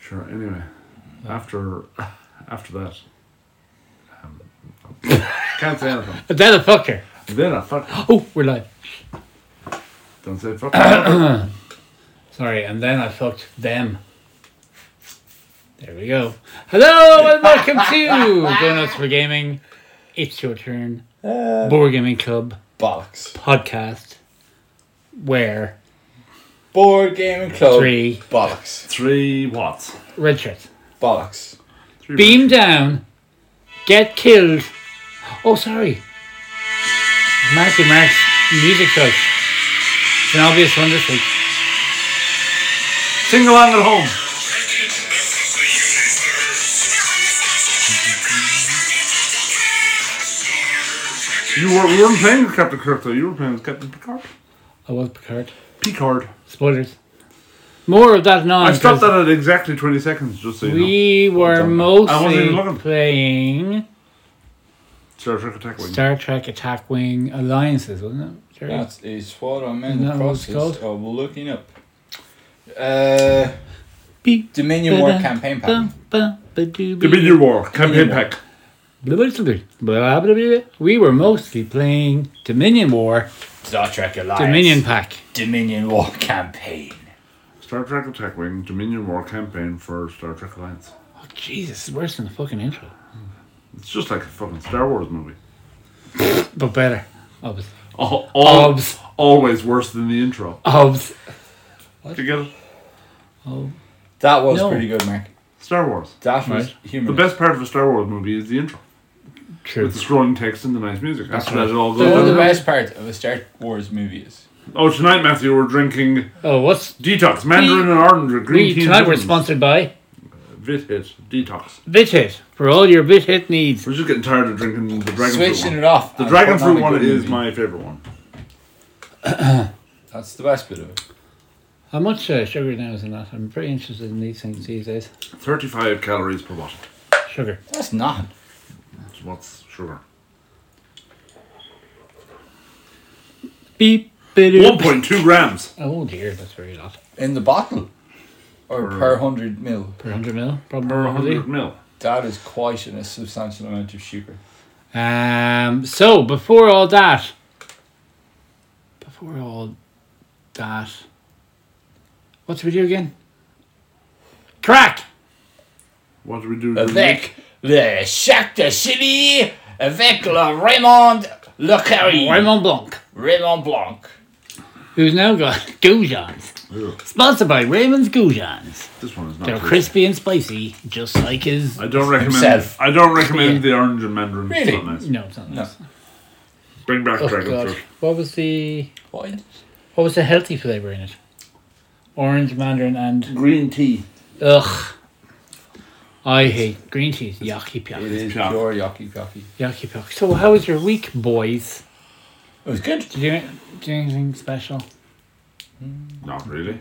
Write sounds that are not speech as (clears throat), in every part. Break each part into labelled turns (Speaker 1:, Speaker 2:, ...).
Speaker 1: Sure. Anyway, after after that, um, can't say anything.
Speaker 2: But then a fucker.
Speaker 1: Then I fuck.
Speaker 2: Oh, we're live.
Speaker 1: Don't say fuck.
Speaker 2: Sorry, and then I fucked them. There we go. Hello and welcome to Donuts for Gaming. It's your turn. Board Gaming Club
Speaker 3: Bollocks.
Speaker 2: podcast. Where
Speaker 3: Board gaming club.
Speaker 2: three
Speaker 3: Bollocks.
Speaker 1: Three what?
Speaker 2: red shirts.
Speaker 3: Bollocks.
Speaker 1: Three
Speaker 2: Beam down. Get killed. Oh, sorry. Marky Mark's music choice. It's an obvious one this week.
Speaker 1: what? Sing along at home. You were we weren't playing with Captain Kirk though. You were playing with Captain Picard.
Speaker 2: I was Picard.
Speaker 1: Picard.
Speaker 2: Spoilers. More of that non.
Speaker 1: I stopped that at exactly twenty seconds. Just so you know.
Speaker 2: We were
Speaker 1: I wasn't even
Speaker 2: mostly
Speaker 1: looking.
Speaker 2: playing
Speaker 1: Star Trek Attack Wing.
Speaker 2: Star Trek Attack Wing Alliances, wasn't it? Jerry?
Speaker 3: That is what I'm in
Speaker 2: Isn't
Speaker 3: the
Speaker 2: that what it's
Speaker 3: process
Speaker 2: called?
Speaker 3: of looking up. Uh,
Speaker 2: Beep.
Speaker 3: Dominion War campaign pattern.
Speaker 1: The Meteor War campaign pack.
Speaker 2: We were mostly playing Dominion War,
Speaker 3: Star Trek Alliance.
Speaker 2: Dominion Pack.
Speaker 3: Dominion War campaign.
Speaker 1: Star Trek Attack Wing Dominion War campaign for Star Trek Alliance.
Speaker 2: Oh, Jesus, it's worse than the fucking intro.
Speaker 1: It's just like a fucking Star Wars movie.
Speaker 2: But better. Obviously.
Speaker 3: Oh,
Speaker 1: Al- al-
Speaker 2: Obs.
Speaker 1: Always worse than the intro.
Speaker 2: Obs.
Speaker 1: Do you get it?
Speaker 3: That was
Speaker 2: No.
Speaker 3: pretty good, Mark.
Speaker 1: Star Wars.
Speaker 3: That was
Speaker 2: Right.
Speaker 1: The
Speaker 3: humorous.
Speaker 1: best part of a Star Wars movie is the intro.
Speaker 2: True.
Speaker 1: With the scrolling text and the nice music. After that, it all
Speaker 3: You know
Speaker 1: goes.
Speaker 3: the
Speaker 1: down.
Speaker 3: best part of a Star Wars movie is?
Speaker 1: Oh, tonight, Matthew, we're drinking
Speaker 2: Oh, what's.
Speaker 1: Detox, Mandarin and Orange, or Green
Speaker 2: We,
Speaker 1: Tea.
Speaker 2: tonight we're sponsored by
Speaker 1: Vit Hit, Detox.
Speaker 2: BitHit for all your BitHit needs.
Speaker 1: We're just getting tired of drinking the Dragon
Speaker 3: Switching
Speaker 1: Fruit
Speaker 3: it off.
Speaker 1: one. The
Speaker 3: and
Speaker 1: Dragon
Speaker 3: putting on
Speaker 1: Fruit
Speaker 3: a
Speaker 1: one
Speaker 3: good
Speaker 1: is
Speaker 3: movie.
Speaker 1: my favourite one.
Speaker 3: That's the best bit of it.
Speaker 2: How much uh, sugar now is in that? I'm pretty interested in these things these days.
Speaker 1: 35 calories per bottle.
Speaker 2: Sugar.
Speaker 3: That's not.
Speaker 1: That's what's sugar.
Speaker 2: Beep. bidoop.
Speaker 1: 1.2 grams.
Speaker 2: Oh dear, that's very lot.
Speaker 3: In the bottle. Or per 100 mil.
Speaker 2: Per 100 mil,
Speaker 1: Or
Speaker 2: probably.
Speaker 1: 100 mil.
Speaker 3: That is quite a substantial amount of sugar.
Speaker 2: Um, so, before all that, before all that, what did we do again? Crack!
Speaker 1: What do we do?
Speaker 3: Avec le Shakhtar de Chili, avec le Raymond Le Carré,
Speaker 2: Raymond Blanc,
Speaker 3: Raymond Blanc.
Speaker 2: who's now got (laughs) goujons.
Speaker 1: Ugh,
Speaker 2: Sponsored by Raymond's Goujons.
Speaker 1: This one is not.
Speaker 2: They're
Speaker 1: tasty.
Speaker 2: crispy and spicy, just like his.
Speaker 1: I don't recommend.
Speaker 3: Himself.
Speaker 1: I don't recommend the orange and mandarin. It's
Speaker 3: Really?
Speaker 1: not nice.
Speaker 2: No, it's not.
Speaker 3: No.
Speaker 2: nice.
Speaker 1: Bring back
Speaker 2: Oh,
Speaker 1: dragon
Speaker 2: God.
Speaker 1: fruit.
Speaker 2: What was the
Speaker 3: What?
Speaker 2: what was the healthy flavour in it? Orange, mandarin, and
Speaker 1: Green tea.
Speaker 2: ugh. I hate green tea. Yucky
Speaker 3: It
Speaker 2: puck.
Speaker 3: is
Speaker 1: Pure.
Speaker 3: pure yucky yucky.
Speaker 2: Yucky puck. So, how was your week, boys?
Speaker 3: It was good.
Speaker 2: Did you do anything special?
Speaker 1: Not really.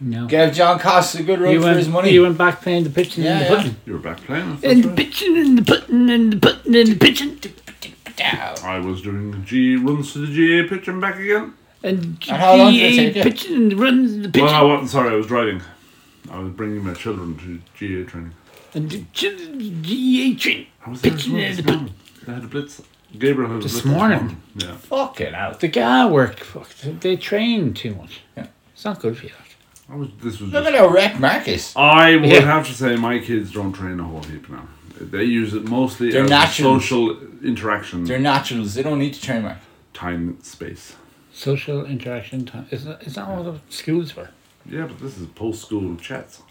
Speaker 2: No.
Speaker 3: Gave John Costa a good run
Speaker 2: you
Speaker 3: for
Speaker 2: went,
Speaker 3: his money.
Speaker 2: You went back playing the pitching
Speaker 3: Yeah,
Speaker 2: and the
Speaker 3: yeah.
Speaker 2: putting.
Speaker 1: You were back playing. that's
Speaker 2: And the
Speaker 1: right.
Speaker 2: pitching and the putting and the putting and the pitching.
Speaker 3: Down.
Speaker 1: I was doing the G runs to the GA pitch and back again.
Speaker 2: And
Speaker 3: And how long did it take you?
Speaker 2: pitching and the runs and the
Speaker 1: Well, I
Speaker 2: pitching.
Speaker 1: wasn't. Sorry, I was driving. I was bringing my children to GA training.
Speaker 2: And the ch- GA train.
Speaker 1: I was there as
Speaker 2: Pitching
Speaker 1: well
Speaker 2: and
Speaker 1: this
Speaker 2: the put-
Speaker 1: morning. They had a blitz. Gabriel had a
Speaker 2: This
Speaker 1: blitz
Speaker 2: morning?
Speaker 1: Yeah.
Speaker 3: Fucking out.
Speaker 2: The guy worked. Fuck, they train too much.
Speaker 3: Yeah.
Speaker 2: It's not good for you. like.
Speaker 1: I was. This was.
Speaker 3: Look
Speaker 1: Just,
Speaker 3: at how wrecked Marcus.
Speaker 1: I would
Speaker 2: Yeah.
Speaker 1: have to say my kids don't train a whole heap now. They use it mostly
Speaker 3: They're
Speaker 1: as a
Speaker 3: naturals.
Speaker 1: social interaction,
Speaker 3: They're naturals. They don't need to train Mark.
Speaker 1: time, space.
Speaker 2: Social interaction time. Is that, is that what the schools were?
Speaker 1: Yeah, but this is post school chats.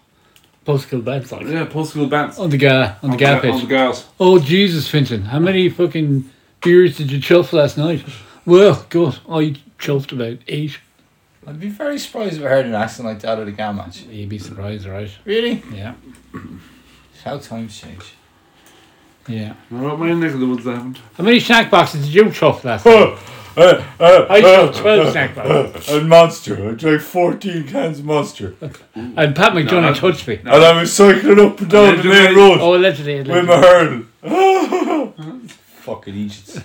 Speaker 2: Post school beds like.
Speaker 1: Yeah, post school bands.
Speaker 2: On the guy, on the guy
Speaker 1: On the
Speaker 2: pitch.
Speaker 1: girls.
Speaker 2: Oh Jesus, Finton! How many fucking beers did you chuff last night? Well, God, I chuffed about eight.
Speaker 3: I'd be very surprised if I heard an accent like that at a game match.
Speaker 2: You'd be surprised, right?
Speaker 3: Really?
Speaker 2: Yeah,
Speaker 3: How times change.
Speaker 2: yeah.
Speaker 1: What about my neck of the woods? I haven't.
Speaker 2: How many snack boxes did you chuff last night? I chuffed twelve snack boxes.
Speaker 3: And Uh, Monster. I drank 14 cans of Monster.
Speaker 2: And Pat McDonough
Speaker 1: No,
Speaker 2: touched me.
Speaker 3: And I was cycling up and down
Speaker 1: the main road
Speaker 2: Oh, allegedly, allegedly.
Speaker 3: hurdle. Fucking idiots.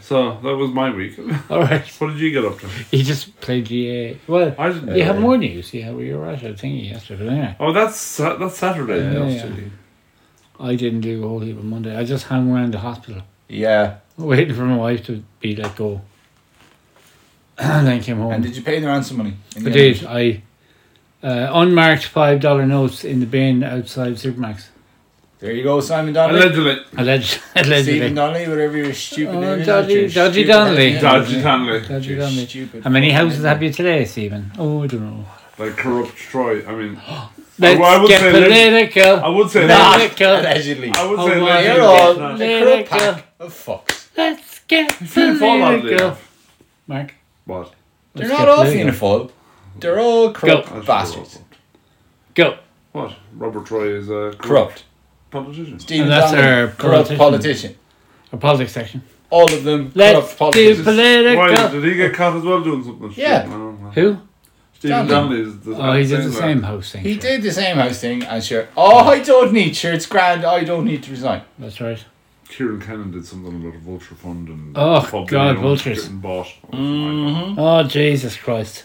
Speaker 1: So that was my week. (laughs)
Speaker 2: All right.
Speaker 1: What did you get up to?
Speaker 2: He just played GA. Well,
Speaker 1: I didn't.
Speaker 2: you have more news. Yeah, we were Russia thingy yesterday. But anyway,
Speaker 1: Oh, that's Sa- that's Saturday.
Speaker 2: Yeah,
Speaker 1: that's
Speaker 2: yeah.
Speaker 1: today.
Speaker 2: I didn't do a whole heap on Monday. I just hung around the hospital (laughs)
Speaker 3: Yeah.
Speaker 2: waiting for my wife to be let go. (clears throat) and then came home.
Speaker 3: And did you pay the ransom money? in the
Speaker 2: I
Speaker 3: end?
Speaker 2: did. I uh, unmarked five dollar notes in the bin outside Supermax.
Speaker 3: There you go, Simon Donnelly.
Speaker 1: Allegedly,
Speaker 2: Alleged, (laughs)
Speaker 3: Stephen
Speaker 2: allegedly.
Speaker 3: Donnelly, whatever your stupid
Speaker 2: Oh,
Speaker 3: name is.
Speaker 2: dodgy-
Speaker 3: your
Speaker 2: dodgy
Speaker 3: stupid
Speaker 2: Donnelly.
Speaker 3: name.
Speaker 1: dodgy Tanley,
Speaker 2: Dodgy
Speaker 3: Your
Speaker 2: Donnelly.
Speaker 3: stupid
Speaker 2: How many
Speaker 3: fucking
Speaker 2: houses
Speaker 3: name.
Speaker 2: have you today, Stephen? Oh, I don't know. Oh,
Speaker 1: like corrupt Troy. I
Speaker 2: (gasps)
Speaker 1: mean,
Speaker 2: Let's
Speaker 1: well, I would
Speaker 2: get
Speaker 1: say
Speaker 2: political.
Speaker 1: I would say
Speaker 2: Nah.
Speaker 1: that.
Speaker 2: Allegedly.
Speaker 3: Allegedly.
Speaker 1: I would
Speaker 2: Oh,
Speaker 1: say
Speaker 2: wow.
Speaker 1: that.
Speaker 3: You're all
Speaker 1: Nah.
Speaker 3: a
Speaker 2: Allegedly.
Speaker 3: corrupt pack of fucks.
Speaker 2: Let's get
Speaker 1: Fianna Fáil on
Speaker 2: political.
Speaker 1: there.
Speaker 2: Mark.
Speaker 1: What?
Speaker 3: They're
Speaker 2: let's
Speaker 3: not
Speaker 2: get
Speaker 3: all
Speaker 2: political.
Speaker 3: xenophobe. They're all corrupt
Speaker 1: That's
Speaker 3: bastards.
Speaker 1: corrupt.
Speaker 2: Go.
Speaker 1: What? Robert Troy is a corrupt,
Speaker 3: Corrupt.
Speaker 1: politician.
Speaker 3: Stephen
Speaker 2: And that's
Speaker 3: Donnelly,
Speaker 2: our
Speaker 3: corrupt
Speaker 2: politician.
Speaker 3: politician.
Speaker 2: Our politics section.
Speaker 3: All of them
Speaker 2: Let's
Speaker 3: corrupt
Speaker 2: do
Speaker 3: politicians.
Speaker 1: Why
Speaker 2: political.
Speaker 1: did he get caught as well doing something?
Speaker 3: Yeah.
Speaker 1: Shit, I don't know.
Speaker 2: Who?
Speaker 1: Stephen
Speaker 3: Donnelly.
Speaker 1: Donnelly is the
Speaker 2: Oh, he did the
Speaker 1: that.
Speaker 2: same house thing.
Speaker 3: He
Speaker 2: sure.
Speaker 3: did the same house thing and sure. Oh, I don't need sure. It's grand. I don't need to resign.
Speaker 2: That's right.
Speaker 1: Kieran Cannon did something about a vulture fund and
Speaker 2: Oh,
Speaker 1: the pub
Speaker 2: God,
Speaker 1: that he owned
Speaker 2: vultures.
Speaker 1: getting bought. Mm-hmm.
Speaker 2: Oh, Jesus Christ.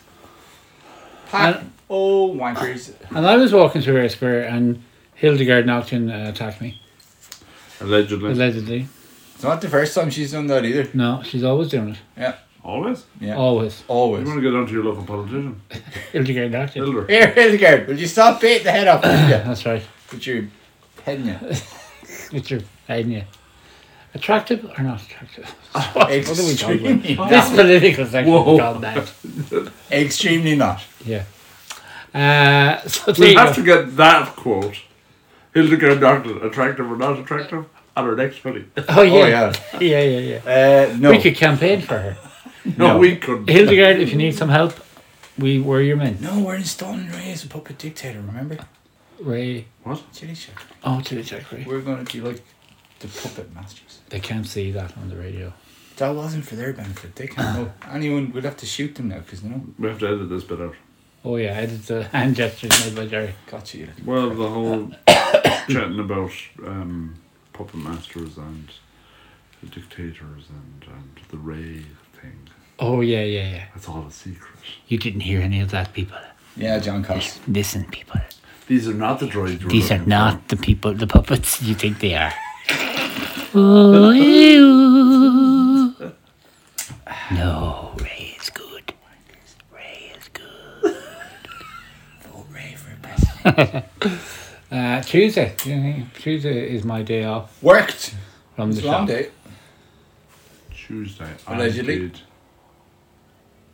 Speaker 3: Pack. oh, wankers.
Speaker 2: And I was walking through our square and Hildegard Nocton uh, attacked me,
Speaker 1: Allegedly.
Speaker 2: allegedly.
Speaker 3: It's not the first time she's done that either.
Speaker 2: No, she's always doing it.
Speaker 3: Yeah,
Speaker 1: Always.
Speaker 3: yeah.
Speaker 2: Always.
Speaker 1: You
Speaker 3: Always.
Speaker 1: want to get down to your local politician,
Speaker 2: Hildegard Nocton.
Speaker 1: Hilder.
Speaker 3: Here, Hildegard, will you stop beating the head off? Will
Speaker 2: (coughs)
Speaker 3: you?
Speaker 2: That's right.
Speaker 3: Put your head
Speaker 2: (laughs)
Speaker 3: in you.
Speaker 2: It's your idea. Attractive or not attractive?
Speaker 3: Extremely,
Speaker 2: This
Speaker 3: not.
Speaker 2: political section
Speaker 1: Whoa.
Speaker 2: is called that.
Speaker 3: Extremely not.
Speaker 2: Yeah. Uh, so there
Speaker 1: We
Speaker 2: you
Speaker 1: have
Speaker 2: go.
Speaker 1: to get that quote. Hildegard Doctor, attractive or not attractive, at our next meeting.
Speaker 2: Oh, yeah. yeah.
Speaker 3: Oh, yeah.
Speaker 2: Yeah, yeah, yeah.
Speaker 3: Uh, no.
Speaker 2: We could campaign for her.
Speaker 1: (laughs) No,
Speaker 3: No.
Speaker 1: we couldn't.
Speaker 2: Hildegard, if you need some help, we were your men.
Speaker 3: No, we're installing Ray as a puppet dictator, remember?
Speaker 2: Ray.
Speaker 3: Chili Shack.
Speaker 2: Oh, to the check, Ray.
Speaker 3: We're going to be like the puppet masters.
Speaker 2: They can't see that on the radio.
Speaker 3: That wasn't for their benefit. They can't know.
Speaker 2: (sighs)
Speaker 3: Anyone, we'll have to shoot them now because, you know,
Speaker 1: we have to edit this bit out.
Speaker 2: Oh, yeah, I did the (laughs) hand gestures made by Jerry.
Speaker 3: got you. like.
Speaker 1: Well, the whole (coughs) chatting about um, puppet masters and the dictators and, and the Ray thing.
Speaker 2: Oh, yeah, yeah, yeah.
Speaker 1: That's all a secret.
Speaker 2: You didn't hear any of that, people.
Speaker 3: Yeah, John Cox.
Speaker 2: Listen, people.
Speaker 1: These are not the droids. we're
Speaker 2: These are
Speaker 1: looking
Speaker 2: not the people, the puppets you think they
Speaker 3: (laughs)
Speaker 2: are. Oh, ew. No, Ray is good. Ray is good.
Speaker 3: Vote Ray for president.
Speaker 2: Uh, Tuesday. you know, Tuesday is my day off
Speaker 3: (laughs) Worked.
Speaker 2: from the
Speaker 3: It's a long
Speaker 2: shop.
Speaker 3: day.
Speaker 1: for. Tuesday.
Speaker 3: Allegedly.
Speaker 1: I did,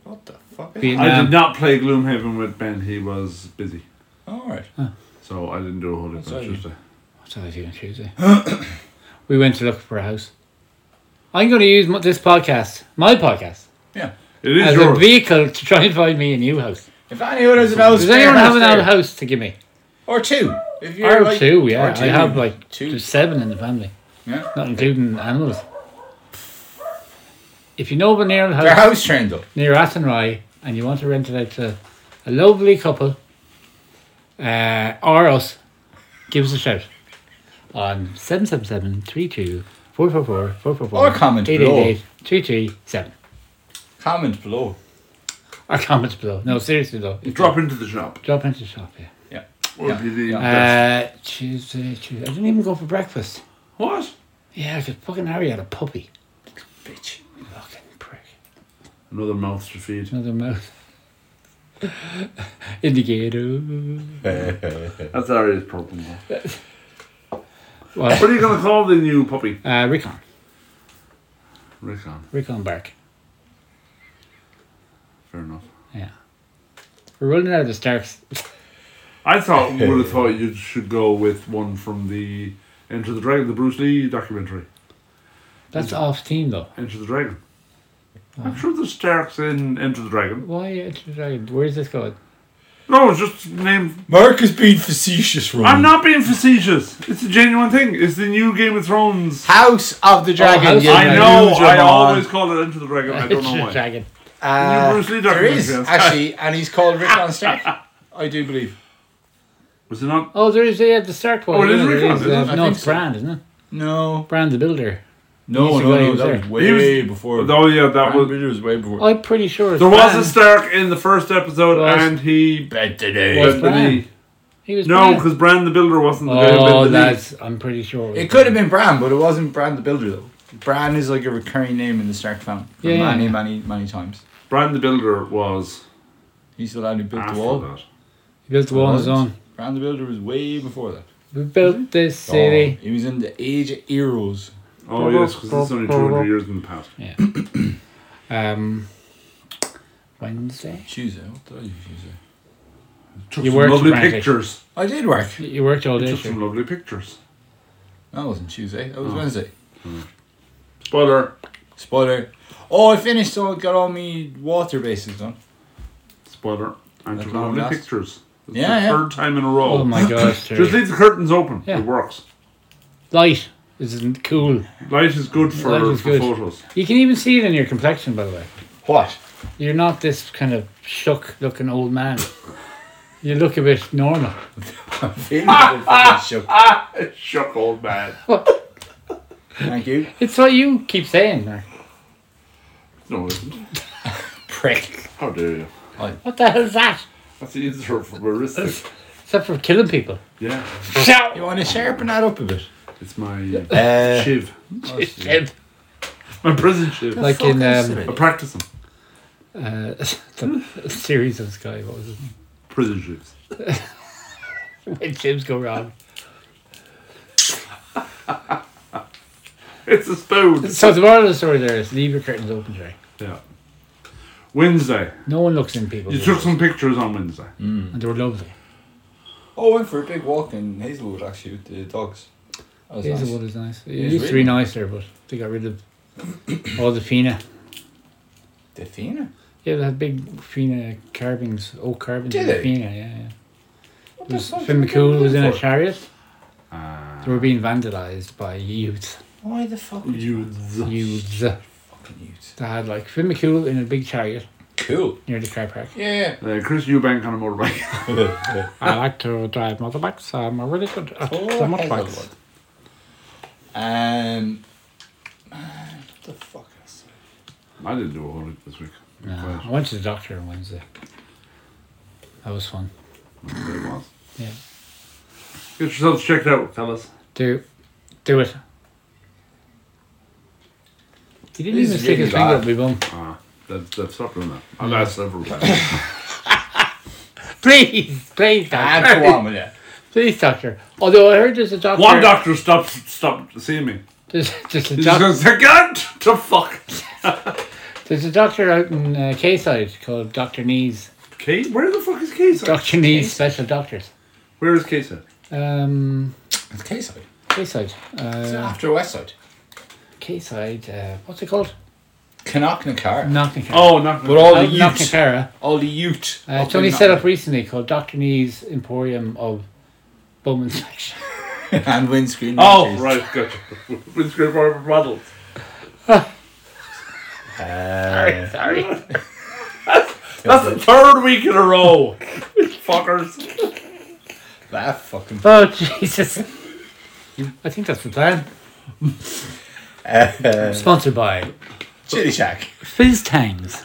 Speaker 3: What the fuck?
Speaker 2: Being-
Speaker 1: I
Speaker 2: Um,
Speaker 1: did not play Gloomhaven with Ben. He was busy,
Speaker 3: Alright.
Speaker 1: so I didn't do a whole heap
Speaker 3: Sorry.
Speaker 1: on Tuesday.
Speaker 2: What did I do on Tuesday? (coughs) we went to look for a house. I'm going to use mo- this podcast, my podcast,
Speaker 3: Yeah.
Speaker 1: It is
Speaker 2: as a
Speaker 1: yours.
Speaker 2: vehicle to try and find me a new house.
Speaker 3: If anyone has an house,
Speaker 2: Does anyone have an old
Speaker 3: house?
Speaker 2: house to give me?
Speaker 3: Or two. If you're
Speaker 2: Or
Speaker 3: like-
Speaker 2: Oh, two, yeah.
Speaker 3: or two.
Speaker 2: I have like
Speaker 3: two.
Speaker 2: there's seven in the family,
Speaker 3: Yeah.
Speaker 2: not including animals. If you know of an old
Speaker 3: Their
Speaker 2: house
Speaker 3: house trained up.
Speaker 2: near Athenry and you want to rent it out to a lovely couple uh, or us, give us a shout on 777
Speaker 3: Or comment below. Comment below.
Speaker 2: Or comment below. No, seriously though.
Speaker 1: Drop into the shop.
Speaker 2: Drop into the shop, yeah.
Speaker 3: Yeah.
Speaker 1: Would
Speaker 3: Yeah.
Speaker 1: be the best.
Speaker 2: Uh, Tuesday, Tuesday. I didn't even go for breakfast.
Speaker 1: what?
Speaker 2: Yeah, because fucking Harry had a puppy.
Speaker 3: Bitch.
Speaker 2: Fucking prick.
Speaker 1: Another mouth to feed.
Speaker 2: Another mouth. Indicator.
Speaker 1: That's Aria's problem. though.
Speaker 2: Well,
Speaker 1: What are you going to call the new puppy?
Speaker 2: uh, Rickon.
Speaker 1: Rickon.
Speaker 2: Rickon Bark.
Speaker 1: Fair enough.
Speaker 2: Yeah. We're rolling out of the Starks.
Speaker 1: I
Speaker 2: (laughs)
Speaker 1: thought would have thought you should go with one from the Enter the Dragon, the Bruce Lee documentary.
Speaker 2: That's off team though.
Speaker 1: Enter the Dragon.
Speaker 2: Oh.
Speaker 1: I'm sure there's Starks in Enter the Dragon.
Speaker 2: Why? it's like, Where's this going?
Speaker 1: No, it's just name.
Speaker 3: Mark is being facetious, Ron.
Speaker 1: I'm not being facetious. It's a genuine thing. It's the new Game of Thrones.
Speaker 3: House of the Dragon.
Speaker 2: Oh, House
Speaker 3: you
Speaker 2: of the
Speaker 1: I know.
Speaker 3: loser,
Speaker 1: I
Speaker 3: man.
Speaker 1: always call it Enter the Dragon. I don't
Speaker 2: It's (laughs)
Speaker 1: know
Speaker 2: a
Speaker 1: why.
Speaker 2: Dragon.
Speaker 3: Uh,
Speaker 1: Bruce Lee
Speaker 3: there
Speaker 1: documentary,
Speaker 3: is
Speaker 1: yes.
Speaker 3: actually, and he's called
Speaker 1: (laughs)
Speaker 3: Rick on Stark. I do believe.
Speaker 1: Was it not?
Speaker 2: Oh, there is yeah, the Stark one.
Speaker 1: Oh, it is
Speaker 2: yeah,
Speaker 1: Rickon,
Speaker 2: there
Speaker 1: isn't
Speaker 2: uh,
Speaker 1: it?
Speaker 3: I
Speaker 2: No,
Speaker 3: think
Speaker 2: it's
Speaker 3: so.
Speaker 2: Brand, isn't it?
Speaker 3: No,
Speaker 2: Brand the Builder.
Speaker 3: No,
Speaker 2: He's the
Speaker 3: no,
Speaker 2: guy who
Speaker 3: no,
Speaker 2: was
Speaker 3: that
Speaker 2: there.
Speaker 3: was way
Speaker 1: He was-
Speaker 3: before.
Speaker 1: Oh yeah, that
Speaker 3: Brand
Speaker 1: was.
Speaker 3: Breeder was way before.
Speaker 2: I'm pretty sure it's
Speaker 1: There was
Speaker 2: Bran.
Speaker 1: a Stark in the first episode,
Speaker 2: Was-
Speaker 1: and he
Speaker 4: Bet today.
Speaker 2: Was
Speaker 1: went to
Speaker 2: Bran.
Speaker 1: the.
Speaker 2: He was
Speaker 1: No,
Speaker 2: Bran.
Speaker 1: because Bran the Builder wasn't the guy who
Speaker 2: oh,
Speaker 1: built the league.
Speaker 2: that's I'm pretty sure. was
Speaker 3: It could have been Bran, but it wasn't Bran the Builder though. Bran is like a recurring name in the Stark family for
Speaker 2: Yeah, yeah,
Speaker 3: many,
Speaker 2: yeah.
Speaker 3: many, many times.
Speaker 1: Bran the Builder was
Speaker 3: He's the lad who built
Speaker 1: after
Speaker 3: the wall.
Speaker 1: that.
Speaker 2: He built the wall on his own.
Speaker 3: Bran the Builder was way before that.
Speaker 2: We built this city.
Speaker 3: Oh, he was in the Age of Heroes.
Speaker 1: Oh yes, because it's only two hundred years in the past.
Speaker 2: Um, Wednesday.
Speaker 3: Tuesday. What did I do Tuesday?
Speaker 1: Took
Speaker 2: You
Speaker 1: some
Speaker 2: worked,
Speaker 1: lovely
Speaker 2: Brandy.
Speaker 1: pictures.
Speaker 3: I did work.
Speaker 2: You worked all day.
Speaker 1: Took
Speaker 2: sure.
Speaker 1: some lovely pictures.
Speaker 3: That wasn't Tuesday. That was
Speaker 1: Oh.
Speaker 3: Wednesday.
Speaker 1: Spoiler.
Speaker 3: Spoiler. Oh, I finished, so I got all my water bases done.
Speaker 1: Spoiler. And
Speaker 3: That's
Speaker 1: took
Speaker 3: not
Speaker 1: lovely
Speaker 3: last.
Speaker 1: pictures. It's
Speaker 3: Yeah,
Speaker 1: the
Speaker 3: yeah.
Speaker 1: third time in a row.
Speaker 2: Oh my gosh,
Speaker 1: Just
Speaker 2: Terry.
Speaker 1: leave the curtains open.
Speaker 2: Yeah.
Speaker 1: It works.
Speaker 2: light isn't cool.
Speaker 1: Light is good for,
Speaker 2: Light is
Speaker 1: for
Speaker 2: good.
Speaker 1: photos.
Speaker 2: You can even see it in your complexion, by the way.
Speaker 3: What?
Speaker 2: You're not this kind of shook looking old man. You look a bit normal. (laughs)
Speaker 3: Thank
Speaker 1: Shuck old man.
Speaker 3: you.
Speaker 2: It's what you keep saying. Like,
Speaker 1: No, it isn't.
Speaker 3: Prick.
Speaker 1: How dare you?
Speaker 2: what the hell is that?
Speaker 1: That's the insult for Marissa.
Speaker 2: Except for killing people.
Speaker 1: (laughs) yeah.
Speaker 3: You want to sharpen that up a bit?
Speaker 1: It's my
Speaker 3: Uh,
Speaker 1: shiv.
Speaker 2: Shit.
Speaker 1: My prison shiv.
Speaker 2: Like
Speaker 3: fuck
Speaker 2: in
Speaker 3: is
Speaker 2: um,
Speaker 3: it?
Speaker 1: I practice them.
Speaker 2: uh, (laughs) the series of Sky, what was it?
Speaker 1: Prison shivs.
Speaker 2: When Jim's go wrong.
Speaker 1: It's a spoon.
Speaker 2: So the moral of the story there is leave your curtains open, Jerry.
Speaker 1: Yeah. Wednesday.
Speaker 2: No one looks in people.
Speaker 1: You took some pictures on Wednesday.
Speaker 2: and they were lovely.
Speaker 3: Oh, I went for a big walk in Hazelwood actually with the dogs. That was nice.
Speaker 2: Hazelwood is nice. It
Speaker 3: It's
Speaker 2: used to be nicer, but they got rid of all the fina.
Speaker 3: The Fina?
Speaker 2: Yeah, they had big fina carvings, oak carvings.
Speaker 3: Did
Speaker 2: of the
Speaker 3: they?
Speaker 2: Fina, yeah, yeah.
Speaker 3: What
Speaker 2: It
Speaker 3: the
Speaker 2: was,
Speaker 3: fuck
Speaker 2: Finn
Speaker 3: are they doing
Speaker 2: McCool was
Speaker 3: that
Speaker 2: in a
Speaker 3: for?
Speaker 2: chariot.
Speaker 1: Uh,
Speaker 2: They were being vandalised by youths.
Speaker 3: Why the fuck? would you
Speaker 1: youths.
Speaker 2: Youths. They
Speaker 3: fucking use?
Speaker 2: had like Finn McCool in a big chariot
Speaker 3: Cool.
Speaker 2: near the car park.
Speaker 3: Yeah.
Speaker 1: Uh, Chris Eubank on a motorbike. (laughs)
Speaker 2: (laughs)
Speaker 3: (laughs)
Speaker 2: I like to drive motorbikes. I'm a really good at
Speaker 3: Oh, Hazelwood. Um. man, what the fuck else?
Speaker 1: I didn't do a whole lot this week.
Speaker 2: No, I went to the doctor on Wednesday. That was fun.
Speaker 1: But it was.
Speaker 2: Yeah.
Speaker 1: Get yourselves checked out, fellas.
Speaker 2: Do, do it. He didn't
Speaker 3: This
Speaker 2: even
Speaker 3: is
Speaker 2: stick his
Speaker 3: really
Speaker 2: finger up
Speaker 3: bad.
Speaker 2: my bum.
Speaker 1: Ah, they've, they've stopped doing that. I've
Speaker 2: Mm.
Speaker 1: asked several times.
Speaker 2: Please, please, doctor.
Speaker 3: And go on with it.
Speaker 2: Please, doctor. Although I heard there's a doctor.
Speaker 1: One doctor stopped stopped seeing me.
Speaker 2: There's, there's, a,
Speaker 1: He's
Speaker 2: doc,
Speaker 1: going, (laughs) second to fuck.
Speaker 2: there's a doctor out in uh, K-side called Doctor Knees.
Speaker 1: Kate, where the fuck is Case?
Speaker 2: Doctor Knees Special Doctors.
Speaker 1: Where is Case at?
Speaker 2: Um,
Speaker 3: It's K-side.
Speaker 2: K-side.
Speaker 3: It's
Speaker 2: Uh,
Speaker 3: after West Side.
Speaker 2: K-side. Uh, what's it called?
Speaker 3: Knocknacar.
Speaker 2: Knocknacara.
Speaker 1: Oh, not
Speaker 3: But all the youth.
Speaker 2: Knocknacara.
Speaker 3: All the youth.
Speaker 2: Uh, it's only set up recently called Doctor Knees Emporium of Bum Inspection.
Speaker 3: (laughs) And windscreen.
Speaker 1: Oh,
Speaker 3: wipers.
Speaker 1: right, gotcha. (laughs) Windscreen wiper models.
Speaker 3: Uh,
Speaker 2: (laughs)
Speaker 3: (laughs)
Speaker 2: Sorry.
Speaker 1: That's the third week in a row. (laughs) Fuckers.
Speaker 3: that fucking.
Speaker 2: Oh Jesus! I think that's the plan.
Speaker 3: (laughs)
Speaker 2: Sponsored by
Speaker 3: Chitty uh, Shack.
Speaker 2: Fizz Tangs.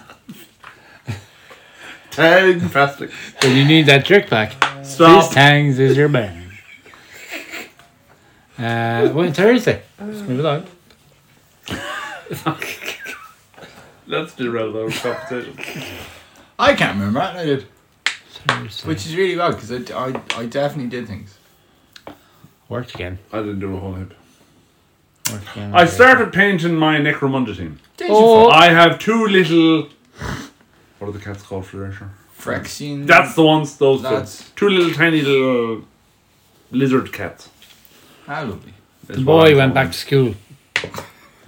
Speaker 1: Fantastic.
Speaker 2: When you need that jerk back, Fizz
Speaker 1: Stop.
Speaker 2: Tangs is your man. Uh, when Thursday. Let's move it on.
Speaker 1: Let's derail our conversation.
Speaker 3: I can't remember that. I did,
Speaker 2: Thursday.
Speaker 3: which is really bad because I, I, I definitely did things.
Speaker 2: worked again.
Speaker 1: I didn't do a whole heap.
Speaker 2: Worked again.
Speaker 1: I started painting my Necromunda team.
Speaker 3: Did
Speaker 2: Oh,
Speaker 1: I have two little. What are the cats called for their show?
Speaker 3: Frexian.
Speaker 1: That's the ones, those
Speaker 3: That's-
Speaker 1: two. Two little tiny little lizard cats.
Speaker 3: Ah, lovely.
Speaker 2: the boy went back to school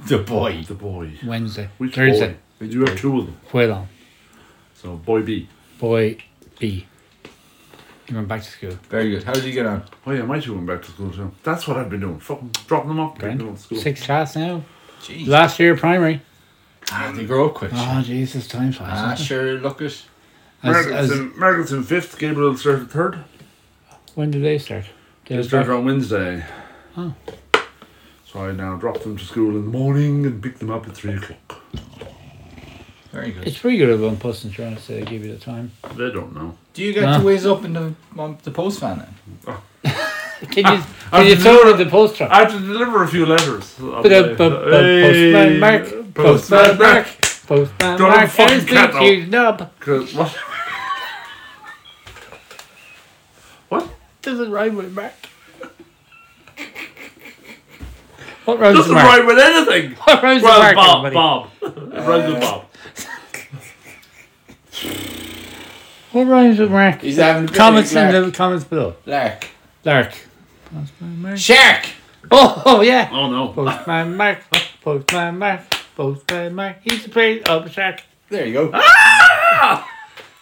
Speaker 3: The boy.
Speaker 1: The boy.
Speaker 2: Wednesday.
Speaker 1: Which
Speaker 2: Thursday.
Speaker 1: boy? You have two of them.
Speaker 2: Well on.
Speaker 1: So boy B.
Speaker 2: Boy B. He went back to school.
Speaker 3: Very good. How did you get on?
Speaker 1: Oh yeah, my two went back to school too. That's what I've been doing. Fucking dropping them off. Picking them up
Speaker 2: Grand.
Speaker 1: at school.
Speaker 2: Sixth class now.
Speaker 3: Jeez.
Speaker 2: Last year of primary.
Speaker 3: ah, they grow up quick.
Speaker 2: Oh Jesus, time flies.
Speaker 3: ah,
Speaker 2: doesn't it?
Speaker 3: sure. Look it.
Speaker 2: As- as-
Speaker 1: Margaret's, in, Margaret's in fifth. Gabriel started third.
Speaker 2: When do they start? They
Speaker 1: They
Speaker 2: start
Speaker 1: started on Wednesday.
Speaker 2: Oh.
Speaker 1: So I now drop them to school in the morning and pick them up at three o'clock.
Speaker 5: Very good.
Speaker 2: It's pretty good of one person trying to say they give you
Speaker 1: (laughs)
Speaker 2: the time.
Speaker 1: They don't know.
Speaker 5: Do you get
Speaker 2: Huh?
Speaker 5: to ways up in the um, the post van then?
Speaker 2: Can you,
Speaker 1: I've
Speaker 2: can you throw it
Speaker 1: never-
Speaker 2: at the post truck?
Speaker 1: I had to deliver a few letters.
Speaker 2: Postman Mark. Postman Mark. Postman
Speaker 1: Don't
Speaker 2: Mark.
Speaker 1: fucking
Speaker 2: Here's
Speaker 1: cat
Speaker 2: the
Speaker 1: now.
Speaker 2: huge knob.
Speaker 1: Cause what? what?
Speaker 2: Doesn't rhyme with Mark. What rhymes with
Speaker 1: Doesn't
Speaker 2: Mark?
Speaker 1: rhyme with anything.
Speaker 2: What rhymes with
Speaker 1: Well,
Speaker 2: Mark?
Speaker 1: Bob,
Speaker 2: everybody?
Speaker 1: Bob. (laughs) It rhymes with Bob.
Speaker 2: What rhymes with Mark?
Speaker 3: He's having a
Speaker 2: Comments
Speaker 3: lark.
Speaker 2: in the comments below.
Speaker 3: lark.
Speaker 2: Lark.
Speaker 3: Shark.
Speaker 2: Oh, oh yeah.
Speaker 1: Oh no.
Speaker 2: Postman Mark. Postman Mark. Postman Mark. He's the praise of a shark.
Speaker 5: There you go.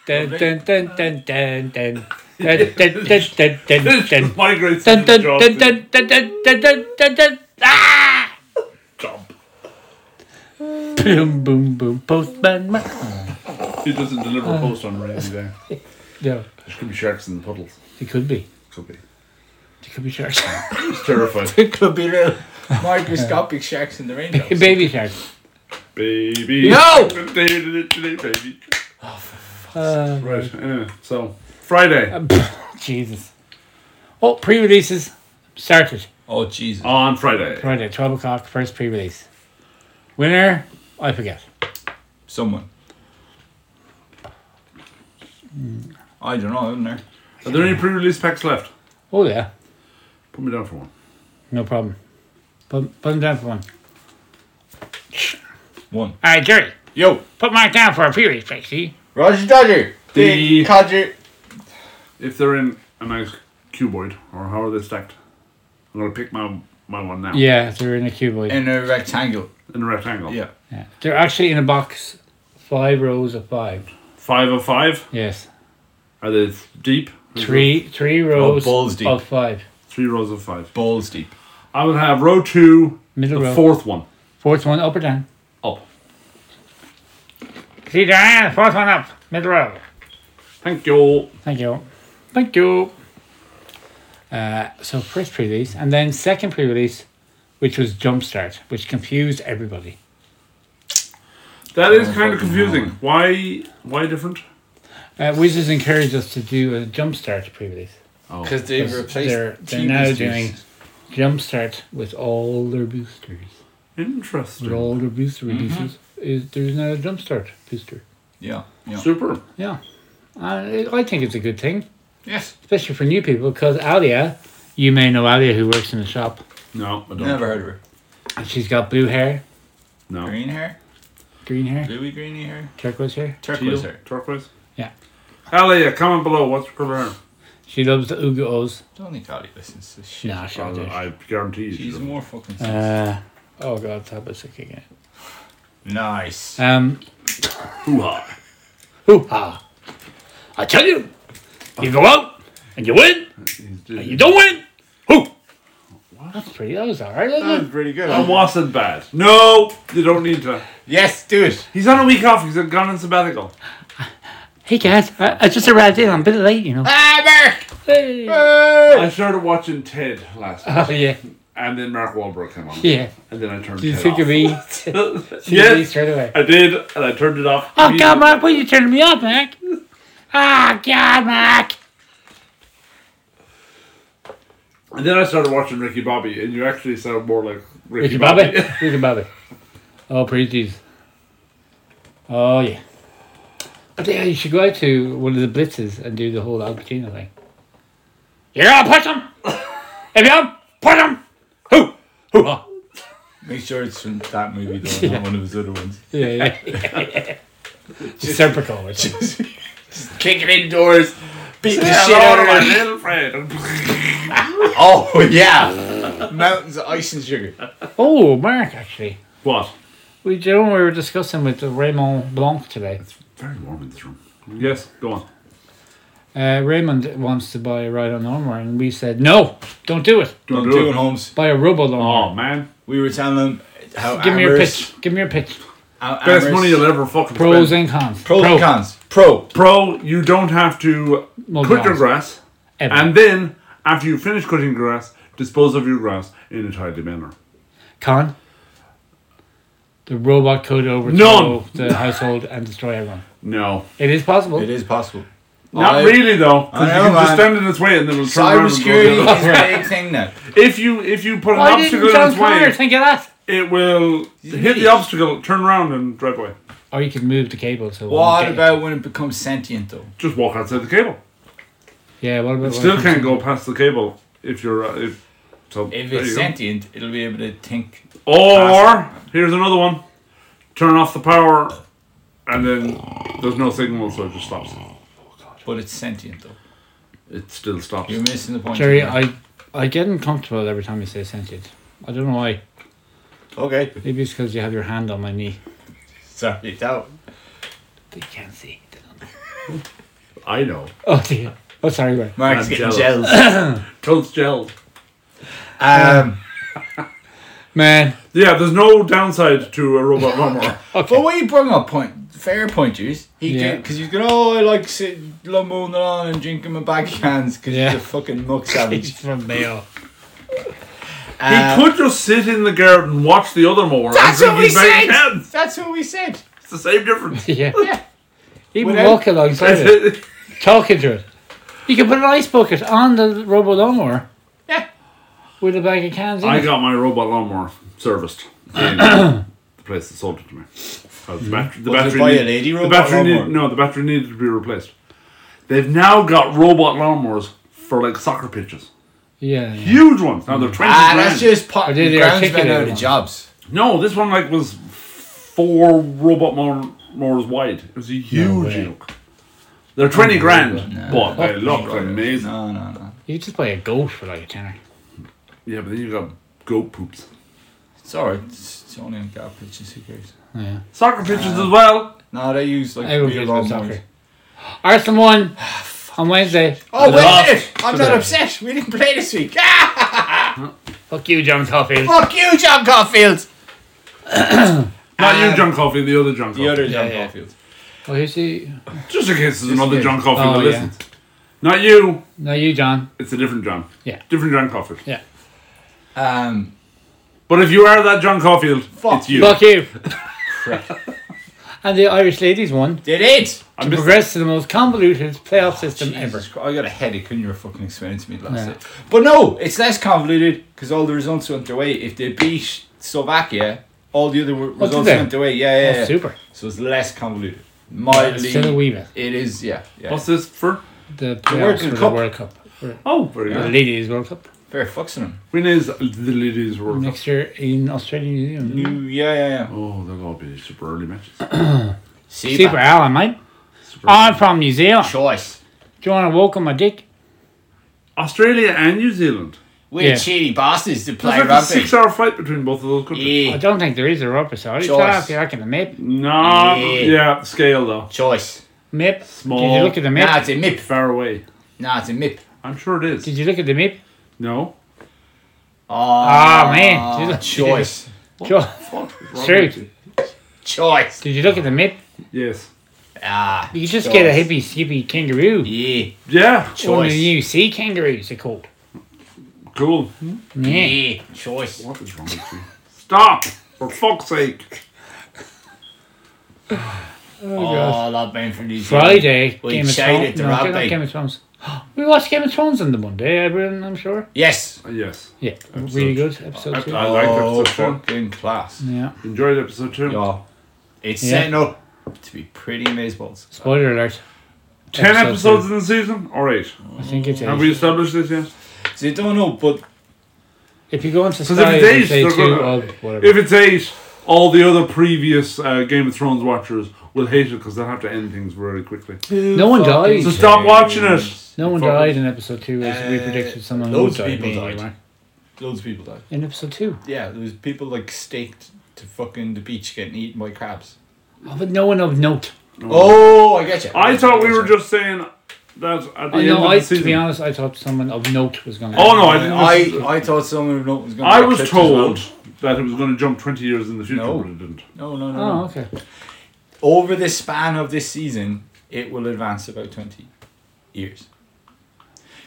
Speaker 2: Dun dun dun dun dun dun. Dun dun dun dun
Speaker 1: (laughs)
Speaker 2: dun dun.
Speaker 1: Migrates to
Speaker 2: Dun dun
Speaker 1: the job.
Speaker 2: dun dun dun dun dun dun dun dun. Ah!
Speaker 1: Job.
Speaker 2: Boom boom boom. Postman Mark.
Speaker 1: He doesn't deliver
Speaker 2: Uh.
Speaker 1: a post on a rainy day.
Speaker 2: Yeah,
Speaker 1: There could be sharks in the puddles.
Speaker 2: it could be.
Speaker 1: Could be.
Speaker 2: It could be sharks.
Speaker 1: He's
Speaker 2: (laughs)
Speaker 1: terrified.
Speaker 5: It could be real (laughs) microscopic sharks in the rainbow.
Speaker 2: Baby sharks.
Speaker 1: Baby.
Speaker 2: No!
Speaker 1: Baby.
Speaker 2: Uh,
Speaker 1: Right, anyway, so Friday
Speaker 2: (coughs) Jesus. Oh, pre-releases started.
Speaker 5: Oh Jesus.
Speaker 1: on Friday.
Speaker 2: Friday, 12 o'clock, first pre-release. Winner, I forget.
Speaker 5: Someone. I don't know, isn't there?
Speaker 1: Are there any pre-release packs left?
Speaker 2: Oh, yeah.
Speaker 1: Put me down for one.
Speaker 2: No problem. Put, put him down for one.
Speaker 5: One.
Speaker 2: All right, Jerry,
Speaker 5: Yo,
Speaker 2: put Mark down for a pre-release, please, see?
Speaker 5: Roger Dodger.
Speaker 1: The-
Speaker 5: Big codger.
Speaker 1: If they're in a nice cuboid, or how are they stacked? I'm gonna pick my my one now.
Speaker 2: Yeah, they're in a cuboid.
Speaker 5: In a rectangle.
Speaker 1: In a rectangle.
Speaker 5: Yeah.
Speaker 2: yeah. They're actually in a box, five rows of five.
Speaker 1: Five of five.
Speaker 2: Yes.
Speaker 1: Are they deep?
Speaker 2: Three three rows
Speaker 5: Oh, balls deep.
Speaker 2: of five.
Speaker 1: Three rows of five.
Speaker 5: Balls deep.
Speaker 1: I will have row two,
Speaker 2: Middle
Speaker 1: the
Speaker 2: row.
Speaker 1: fourth one
Speaker 2: Fourth one up or down?
Speaker 1: up.
Speaker 2: See, Diane, fourth one up, middle row.
Speaker 1: Thank you.
Speaker 2: Thank you. Thank you. Uh, so first pre-release, and then second pre-release, which was Jumpstart, which confused everybody.
Speaker 1: That is
Speaker 5: Oh,
Speaker 1: kind of
Speaker 5: fucking
Speaker 1: confusing.
Speaker 5: hell.
Speaker 1: Why? Why different?
Speaker 2: Uh, Wizards encouraged us to do a Jumpstart pre-release.
Speaker 1: Oh,
Speaker 5: Because they've replaced.
Speaker 2: they're
Speaker 5: T
Speaker 2: they're now
Speaker 5: boosters.
Speaker 2: doing Jumpstart with all their boosters. With
Speaker 1: interesting.
Speaker 2: all their booster releases, is there's now a Jumpstart booster.
Speaker 5: Yeah. Yeah.
Speaker 1: Super.
Speaker 2: Yeah, I, I think it's a good thing,
Speaker 5: Yes.
Speaker 2: especially for new people, because Alia, you may know Alia who works in the shop,
Speaker 1: No, I don't.
Speaker 5: Never heard of her.
Speaker 2: and she's got blue hair,
Speaker 1: No.
Speaker 5: Green hair.
Speaker 2: green hair,
Speaker 5: Bluey greeny hair.
Speaker 2: turquoise hair.
Speaker 5: Turquoise
Speaker 1: Teal?
Speaker 5: hair.
Speaker 1: Turquoise.
Speaker 2: Yeah.
Speaker 1: Alia, comment below. What's your color?
Speaker 2: She loves the Ooga O's.
Speaker 5: Don't think Holly listens to shit.
Speaker 2: Nah, she
Speaker 1: I,
Speaker 2: does.
Speaker 1: Uh, I guarantee you. she
Speaker 5: She's
Speaker 1: doesn't.
Speaker 5: more fucking.
Speaker 2: Uh, oh god, that was sick again.
Speaker 5: nice.
Speaker 2: Um, (laughs)
Speaker 1: Hoo-ha.
Speaker 2: hoo ha! I tell you, you go out and you win,
Speaker 1: He's
Speaker 2: and you don't win. Who? That's pretty. That was alright, wasn't it?
Speaker 5: pretty good.
Speaker 1: That wasn't bad. No, you don't need to.
Speaker 5: yes, do it.
Speaker 1: He's on a week off. He's gone on sabbatical.
Speaker 2: Hey guys, I, I just arrived in. I'm a bit late, you know.
Speaker 5: Ah, Mark.
Speaker 2: Hey.
Speaker 1: I started watching Ted last night,
Speaker 2: (laughs) Oh yeah,
Speaker 1: and then Mark Wahlberg came on,
Speaker 2: yeah.
Speaker 1: and then I turned.
Speaker 2: You
Speaker 1: Ted
Speaker 2: think
Speaker 1: off.
Speaker 2: of me? Think of me
Speaker 1: (laughs)
Speaker 2: (laughs)
Speaker 1: Yes,
Speaker 2: straight away.
Speaker 1: I did, and I turned it off.
Speaker 2: Oh god, Mark, why are you turning me off, Mac? Ah god, Mac.
Speaker 1: And then I started watching Ricky Bobby, and you actually sound more like Ricky,
Speaker 2: Ricky Bobby.
Speaker 1: (laughs)
Speaker 2: Ricky Bobby. Oh, praise Jesus. Oh, yeah. But yeah, you should go out to one of the blitzes and do the whole Al Pacino thing. You're gonna push him! if you don't push him! Who? Who?
Speaker 5: Make sure it's from that movie though, not one of his other ones.
Speaker 2: Yeah, yeah. (laughs) Serpico or something.
Speaker 3: Kicking in doors. Beating the
Speaker 1: Hello
Speaker 3: shit out of
Speaker 1: my
Speaker 3: my.
Speaker 1: little friend.
Speaker 5: Oh yeah. Mountains of ice and sugar.
Speaker 2: Oh, Mark, actually.
Speaker 1: what?
Speaker 2: We, do you know what we were discussing with Raymond Blanc today?
Speaker 1: It's very warm in this room. Yes, go on.
Speaker 2: Uh, Raymond wants to buy a ride-on lawnmower, and we said, no, don't do it.
Speaker 5: Don't
Speaker 1: Don't, do,
Speaker 5: do
Speaker 1: it.
Speaker 5: it, Holmes.
Speaker 2: Buy a robo-lawnmower.
Speaker 1: Oh man,
Speaker 5: We were telling him
Speaker 1: Oh.
Speaker 5: how
Speaker 2: Give me your
Speaker 5: amorous-
Speaker 2: pitch. Give me your pitch.
Speaker 5: how
Speaker 1: best
Speaker 5: amorous-
Speaker 1: money you'll ever fucking
Speaker 2: Pros
Speaker 1: spend.
Speaker 2: and cons.
Speaker 5: Pros
Speaker 2: Pro.
Speaker 5: and cons. Pro.
Speaker 1: Pro, you don't have to
Speaker 2: Mow
Speaker 1: cut your
Speaker 2: grass.
Speaker 1: grass,
Speaker 2: Ever.
Speaker 1: and then after you finish cutting grass, dispose of your grass in a tidy manner.
Speaker 2: Con? The robot could overthrow the
Speaker 1: (laughs)
Speaker 2: household and destroy everyone.
Speaker 1: No.
Speaker 2: It is possible.
Speaker 3: It is possible.
Speaker 1: Not
Speaker 3: I-
Speaker 1: really though,
Speaker 3: I
Speaker 1: because you
Speaker 3: know,
Speaker 1: can just
Speaker 3: man.
Speaker 1: stand in its way and then it'll turn around and go the other
Speaker 3: Cybersecurity
Speaker 1: way.
Speaker 3: is a big
Speaker 2: (laughs)
Speaker 3: thing now.
Speaker 1: If you if you put an
Speaker 2: Why
Speaker 1: obstacle
Speaker 2: didn't
Speaker 1: in
Speaker 2: John
Speaker 1: its way,
Speaker 2: Connor think of that?
Speaker 1: it will hit the obstacle, turn around, and drive away.
Speaker 2: Or you could move the cable so. it
Speaker 3: What
Speaker 2: won't get
Speaker 3: about when it becomes sentient though?
Speaker 1: Just walk outside the cable.
Speaker 2: you. Yeah. What about?
Speaker 1: Still can't go past the cable if you're uh, if. So
Speaker 3: If
Speaker 1: there
Speaker 3: it's
Speaker 1: you go.
Speaker 3: sentient, it'll be able to think.
Speaker 1: Or here's another one: turn off the power, and then there's no signal, so it just stops.
Speaker 3: But it's sentient though.
Speaker 1: It still stops.
Speaker 3: You're missing the point.
Speaker 2: Jerry,
Speaker 3: here.
Speaker 2: I I get uncomfortable every time you say sentient. I don't know why.
Speaker 3: okay.
Speaker 2: Maybe it's because you have your hand on my knee.
Speaker 3: Sorry, that.
Speaker 2: They can't see. They don't know.
Speaker 1: I know.
Speaker 2: Oh dear. Oh sorry, Ray.
Speaker 3: Mark's
Speaker 1: I'm
Speaker 3: getting
Speaker 1: jealous. (laughs)
Speaker 3: jealous.
Speaker 1: Toast gelled.
Speaker 3: um,
Speaker 2: Man,
Speaker 1: Yeah, there's no downside to a robot
Speaker 3: (laughs)
Speaker 1: lawnmower.
Speaker 3: But we bring up point, fair pointers. He
Speaker 2: Yeah.
Speaker 3: yeah. Because he's going, oh, I like sitting, lamoning on and drinking my bag of cans because
Speaker 2: Yeah.
Speaker 3: he's a
Speaker 1: (laughs)
Speaker 3: fucking muck savage.
Speaker 2: it's from Mayo.
Speaker 1: he could just sit in the garden, watch the other mower,
Speaker 3: Uh, That's
Speaker 1: and
Speaker 3: what we
Speaker 1: drink his
Speaker 3: said.
Speaker 1: bag of cans.
Speaker 3: That's what we said.
Speaker 1: It's the same difference.
Speaker 2: yeah.
Speaker 3: Yeah.
Speaker 2: Even
Speaker 3: Without-
Speaker 2: walk alongside
Speaker 1: (laughs)
Speaker 2: it, talking to it. You can put an ice bucket on the robo lawnmower.
Speaker 3: Yeah.
Speaker 2: With a bag of cans in
Speaker 1: I
Speaker 2: it.
Speaker 1: got my robot lawnmower serviced. in the place that sold it to me. Uh, the bat- the
Speaker 3: Was it
Speaker 1: battery
Speaker 3: by a
Speaker 1: need-
Speaker 3: lady
Speaker 1: the
Speaker 3: robot
Speaker 1: battery need- no,
Speaker 3: lawnmower?
Speaker 1: the battery needed to be replaced. They've now got robot lawnmowers for like soccer pitches.
Speaker 2: yeah. yeah.
Speaker 1: Huge ones. Now they're twenty
Speaker 3: Ah,
Speaker 1: grand.
Speaker 3: that's just
Speaker 2: Or
Speaker 3: pot.
Speaker 2: did they
Speaker 3: Groundsmen
Speaker 2: articulate
Speaker 3: out of
Speaker 2: one?
Speaker 3: jobs.
Speaker 1: No, this one like was four robot mower, mowers wide. It was a huge
Speaker 2: way.
Speaker 1: yoke. They're twenty grand,
Speaker 3: No.
Speaker 1: but they look amazing.
Speaker 3: No, no, no.
Speaker 2: You just buy a goat for like a tenner.
Speaker 1: Yeah, but then you got goat poops.
Speaker 3: It's alright. It's, it's only on car pitches. Who cares?
Speaker 2: Yeah.
Speaker 1: Soccer pitches as well.
Speaker 3: No, they use like
Speaker 2: Everyone
Speaker 3: real
Speaker 2: cares about
Speaker 3: lawn mowers.
Speaker 2: soccer. Arsenal won on Wednesday.
Speaker 3: Oh wait
Speaker 2: Lost.
Speaker 3: a minute! I'm not upset. We didn't play this week. Ah,
Speaker 2: Fuck you, John Caulfield.
Speaker 3: fuck you, John Caulfield.
Speaker 1: Not you,
Speaker 3: Um,
Speaker 1: John Coffey, the other John Coffey.
Speaker 3: The other
Speaker 2: Yeah,
Speaker 3: John
Speaker 2: yeah.
Speaker 3: Caulfield.
Speaker 2: Oh, who's he?
Speaker 1: Just in case there's another
Speaker 3: in
Speaker 1: John Coffey
Speaker 2: Oh,
Speaker 1: that
Speaker 2: yeah.
Speaker 1: listens. Not you.
Speaker 2: No, you, John.
Speaker 1: It's a different John.
Speaker 2: Yeah.
Speaker 1: Different John Caulfield.
Speaker 2: Yeah.
Speaker 3: Um,
Speaker 1: But if you are that John Caulfield,
Speaker 3: Fuck.
Speaker 1: it's you.
Speaker 2: Fuck you. and the Irish ladies won
Speaker 3: did it?
Speaker 1: I
Speaker 2: to
Speaker 1: missed
Speaker 2: progress to the most convoluted playoff system ever.
Speaker 3: Jesus Christ, I got a headache when you were fucking explaining to me last
Speaker 2: Yeah.
Speaker 3: night. But no, it's less convoluted because all the results went their way. If they beat Slovakia, all the other w-
Speaker 2: Oh, did
Speaker 3: results
Speaker 2: they?
Speaker 3: went their way. Yeah,
Speaker 2: Oh,
Speaker 3: yeah. yeah.
Speaker 2: super.
Speaker 3: So it's less convoluted. Mildly.
Speaker 2: Still a wee bit.
Speaker 3: it is, yeah. yeah.
Speaker 1: What's this for?
Speaker 2: The
Speaker 3: World
Speaker 2: playoffs for the
Speaker 3: Cup.
Speaker 2: World Cup. For
Speaker 1: Oh, very
Speaker 2: The
Speaker 1: good.
Speaker 2: ladies' World Cup.
Speaker 3: Fair fucks in them.
Speaker 1: When is the ladies' World Cup?
Speaker 2: Next year in Australia and New Zealand.
Speaker 3: New, yeah, yeah, yeah.
Speaker 1: Oh, they'll all be super early matches.
Speaker 3: See,
Speaker 2: Super
Speaker 3: back.
Speaker 2: Alan, mate.
Speaker 1: Super
Speaker 2: I'm from New Zealand.
Speaker 3: choice.
Speaker 2: Do you want to walk on my dick?
Speaker 1: Australia and New Zealand.
Speaker 3: We're
Speaker 2: Yeah.
Speaker 3: cheaty bastards to play
Speaker 1: There's like a
Speaker 3: rugby.
Speaker 1: six-hour fight between both of those countries.
Speaker 2: I
Speaker 3: Yeah,
Speaker 2: don't think there is a rubber, so it's
Speaker 3: Choice.
Speaker 2: off you reckon the map.
Speaker 1: No,
Speaker 3: Yeah.
Speaker 1: yeah, scale though.
Speaker 3: choice.
Speaker 2: Map. Did
Speaker 1: Small.
Speaker 2: you look at the
Speaker 3: Nah,
Speaker 2: map?
Speaker 3: it's a mip.
Speaker 1: Far away.
Speaker 3: Nah, it's a mip.
Speaker 1: I'm sure it is.
Speaker 2: Did you look at the map?
Speaker 1: No.
Speaker 3: Oh,
Speaker 2: Ah, man. Did (laughs) you-
Speaker 3: Choice.
Speaker 2: Sure.
Speaker 1: Fuck. is wrong
Speaker 2: True.
Speaker 1: with you?
Speaker 3: Choice.
Speaker 2: Did you look at the map?
Speaker 1: Yes.
Speaker 3: Ah.
Speaker 2: You could just get a
Speaker 3: choice.
Speaker 2: hippie skippy kangaroo.
Speaker 3: Yeah.
Speaker 1: Yeah.
Speaker 2: One of the
Speaker 3: Choice.
Speaker 2: new sea kangaroos, they're called.
Speaker 1: Cool.
Speaker 2: Yeah.
Speaker 3: Yeah,
Speaker 2: Oh,
Speaker 3: choice.
Speaker 1: What is wrong with you? Stop! For fuck's sake.
Speaker 3: Oh, I love being from New Zealand.
Speaker 2: Friday,
Speaker 3: We
Speaker 2: Game of
Speaker 3: shade
Speaker 2: Thrones.
Speaker 3: it to
Speaker 2: No,
Speaker 3: rugby.
Speaker 2: not Game of Thrones. (gasps) We watched Game of Thrones on the Monday, everyone, I'm sure.
Speaker 3: Yes. Oh,
Speaker 1: Uh, Yes.
Speaker 2: Yeah,
Speaker 1: Episode-
Speaker 2: really good episode
Speaker 1: Ep-
Speaker 2: two.
Speaker 1: I liked episode
Speaker 3: fucking class.
Speaker 2: Yeah.
Speaker 1: two. Enjoyed episode two.
Speaker 3: Yeah. It's
Speaker 2: Yeah.
Speaker 3: setting up to be pretty amazeballs.
Speaker 2: Spoiler alert.
Speaker 1: Ten
Speaker 2: Episode
Speaker 1: episodes
Speaker 2: two.
Speaker 1: in the season? All right.
Speaker 2: I think it's
Speaker 1: Have we
Speaker 2: eight.
Speaker 1: established this yet?
Speaker 3: So you don't know, but
Speaker 2: If you go onto
Speaker 1: if
Speaker 2: Sky,
Speaker 1: it's
Speaker 2: they
Speaker 1: eight,
Speaker 2: say
Speaker 1: they're
Speaker 2: 2
Speaker 1: gonna-
Speaker 2: of whatever.
Speaker 1: If it's eight, all the other previous uh, Game of Thrones watchers will hate it because they'll have to end things very quickly.
Speaker 2: No one
Speaker 3: fucking-
Speaker 2: died.
Speaker 1: So stop watching it.
Speaker 2: no one
Speaker 1: Fuck.
Speaker 2: died in episode two, as we
Speaker 3: Uh,
Speaker 2: predicted someone would
Speaker 3: loads
Speaker 2: die.
Speaker 3: of people
Speaker 2: anyway.
Speaker 3: died. Loads of people died.
Speaker 2: In episode two.
Speaker 3: Yeah, there was people like staked to fucking the beach getting eaten by crabs.
Speaker 2: Oh, but no one of note.
Speaker 3: Oh, I get you.
Speaker 1: I thought we were just saying that at the
Speaker 2: I
Speaker 1: end
Speaker 2: know,
Speaker 1: of
Speaker 2: I,
Speaker 1: the
Speaker 2: to
Speaker 1: season.
Speaker 2: be honest, I thought someone of note was going to
Speaker 1: Oh, no, I didn't
Speaker 3: I,
Speaker 1: listen to-
Speaker 3: I, thought someone who was going
Speaker 1: I was told that it was going to jump 20 years in the future,
Speaker 3: No.
Speaker 1: but it didn't.
Speaker 3: No, no, no.
Speaker 2: Oh,
Speaker 3: no.
Speaker 2: okay.
Speaker 3: Over the span of this season, it will advance about 20 years.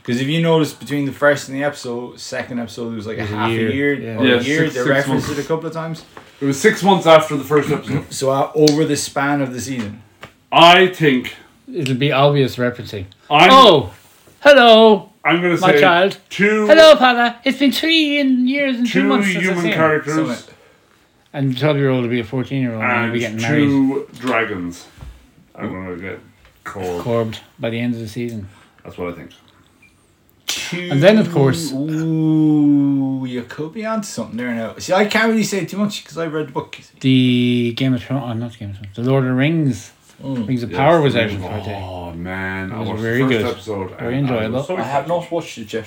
Speaker 3: Because if you notice between the first and the episode, second episode, there was like a
Speaker 2: There's a
Speaker 3: half a
Speaker 2: year,
Speaker 3: year,
Speaker 2: yeah.
Speaker 3: or
Speaker 1: Yeah,
Speaker 3: a year.
Speaker 1: six-
Speaker 3: they
Speaker 1: six
Speaker 3: referenced
Speaker 1: months.
Speaker 3: it a couple of times.
Speaker 1: It was six months after the first episode.
Speaker 3: So uh, over the span of the season,
Speaker 1: I think
Speaker 2: It'll be obvious referencing.
Speaker 1: I'm.
Speaker 2: oh, hello,
Speaker 1: I'm gonna
Speaker 2: my
Speaker 1: say
Speaker 2: child.
Speaker 1: two.
Speaker 2: Hello, Father. It's been three in years and two,
Speaker 1: Two
Speaker 2: months since I've
Speaker 1: human
Speaker 2: seen him.
Speaker 1: characters
Speaker 3: Summit.
Speaker 2: And the 12 year old will be a 14 year old and he'll
Speaker 1: and
Speaker 2: be getting married.
Speaker 1: two dragons. I'm gonna get called.
Speaker 2: Corbed by the end of the season.
Speaker 1: That's what I think.
Speaker 2: And then, of course-
Speaker 3: ooh, you could be onto something there now. See, I can't really say too much because I read the book. you see.
Speaker 2: The Game of Thrones, oh, not Game of Thrones, The Lord of the Rings. Rings of
Speaker 1: Mm, Yes,
Speaker 2: Power was
Speaker 1: the
Speaker 2: out on
Speaker 1: reason-
Speaker 2: Friday.
Speaker 1: Oh man, I
Speaker 2: was
Speaker 1: watched
Speaker 2: very
Speaker 1: the first
Speaker 2: good.
Speaker 1: episode.
Speaker 2: Very
Speaker 1: and
Speaker 2: enjoyable.
Speaker 1: was so
Speaker 3: I have
Speaker 1: excited.
Speaker 3: not watched it yet.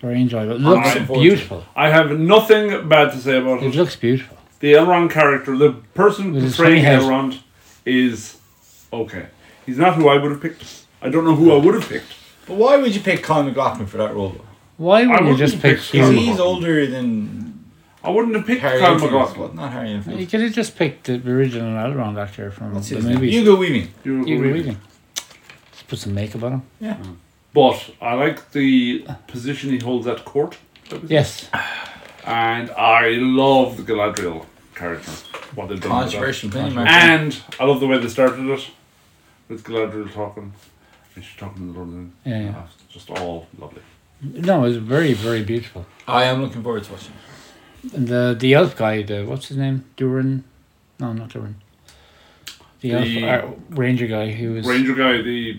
Speaker 2: Very enjoyable. It looks
Speaker 1: looking
Speaker 3: forward to it.
Speaker 2: beautiful.
Speaker 1: I have nothing bad to say about
Speaker 2: It
Speaker 1: it.
Speaker 2: looks beautiful.
Speaker 1: The Elrond character, the person
Speaker 2: With his
Speaker 1: portraying
Speaker 2: funny head.
Speaker 1: Elrond, is okay. He's not who I would have picked. I don't know who I would have picked.
Speaker 3: But why would you pick Colin McLaughlin for that role? though?
Speaker 2: Why would you
Speaker 1: wouldn't
Speaker 2: just
Speaker 1: pick Colin
Speaker 2: pick
Speaker 3: Because
Speaker 1: Colin
Speaker 2: Hugh?
Speaker 3: he's
Speaker 1: McLaughlin.
Speaker 3: older than
Speaker 1: I wouldn't have picked
Speaker 3: Harry
Speaker 1: Kyle
Speaker 3: Enfield.
Speaker 1: McLaughlin.
Speaker 3: Not Harry
Speaker 2: You
Speaker 3: Enfield.
Speaker 2: could have just picked the original Elrond actor from
Speaker 3: What's
Speaker 2: the
Speaker 3: his name?
Speaker 2: movies.
Speaker 3: Hugo Weaving.
Speaker 1: You
Speaker 2: Hugo
Speaker 1: agree?
Speaker 2: Weaving. Just put some makeup on him.
Speaker 3: Yeah.
Speaker 1: But I like the position he holds at court,
Speaker 2: Yes.
Speaker 1: and I love the Galadriel character. What they've done. with that.
Speaker 3: Controversial opinion, man.
Speaker 1: And I love the way they started it with Galadriel talking. And she's talking to the Lord of the Rings.
Speaker 2: Yeah, yeah.
Speaker 1: Ah, it's Just all lovely.
Speaker 2: No, it was very, very beautiful.
Speaker 3: I am looking forward to watching. it.
Speaker 2: And the the elf guy, the what's his name? Durin? No, not Durin. The,
Speaker 1: The-
Speaker 2: elf uh, ranger guy who was
Speaker 1: Ranger guy, the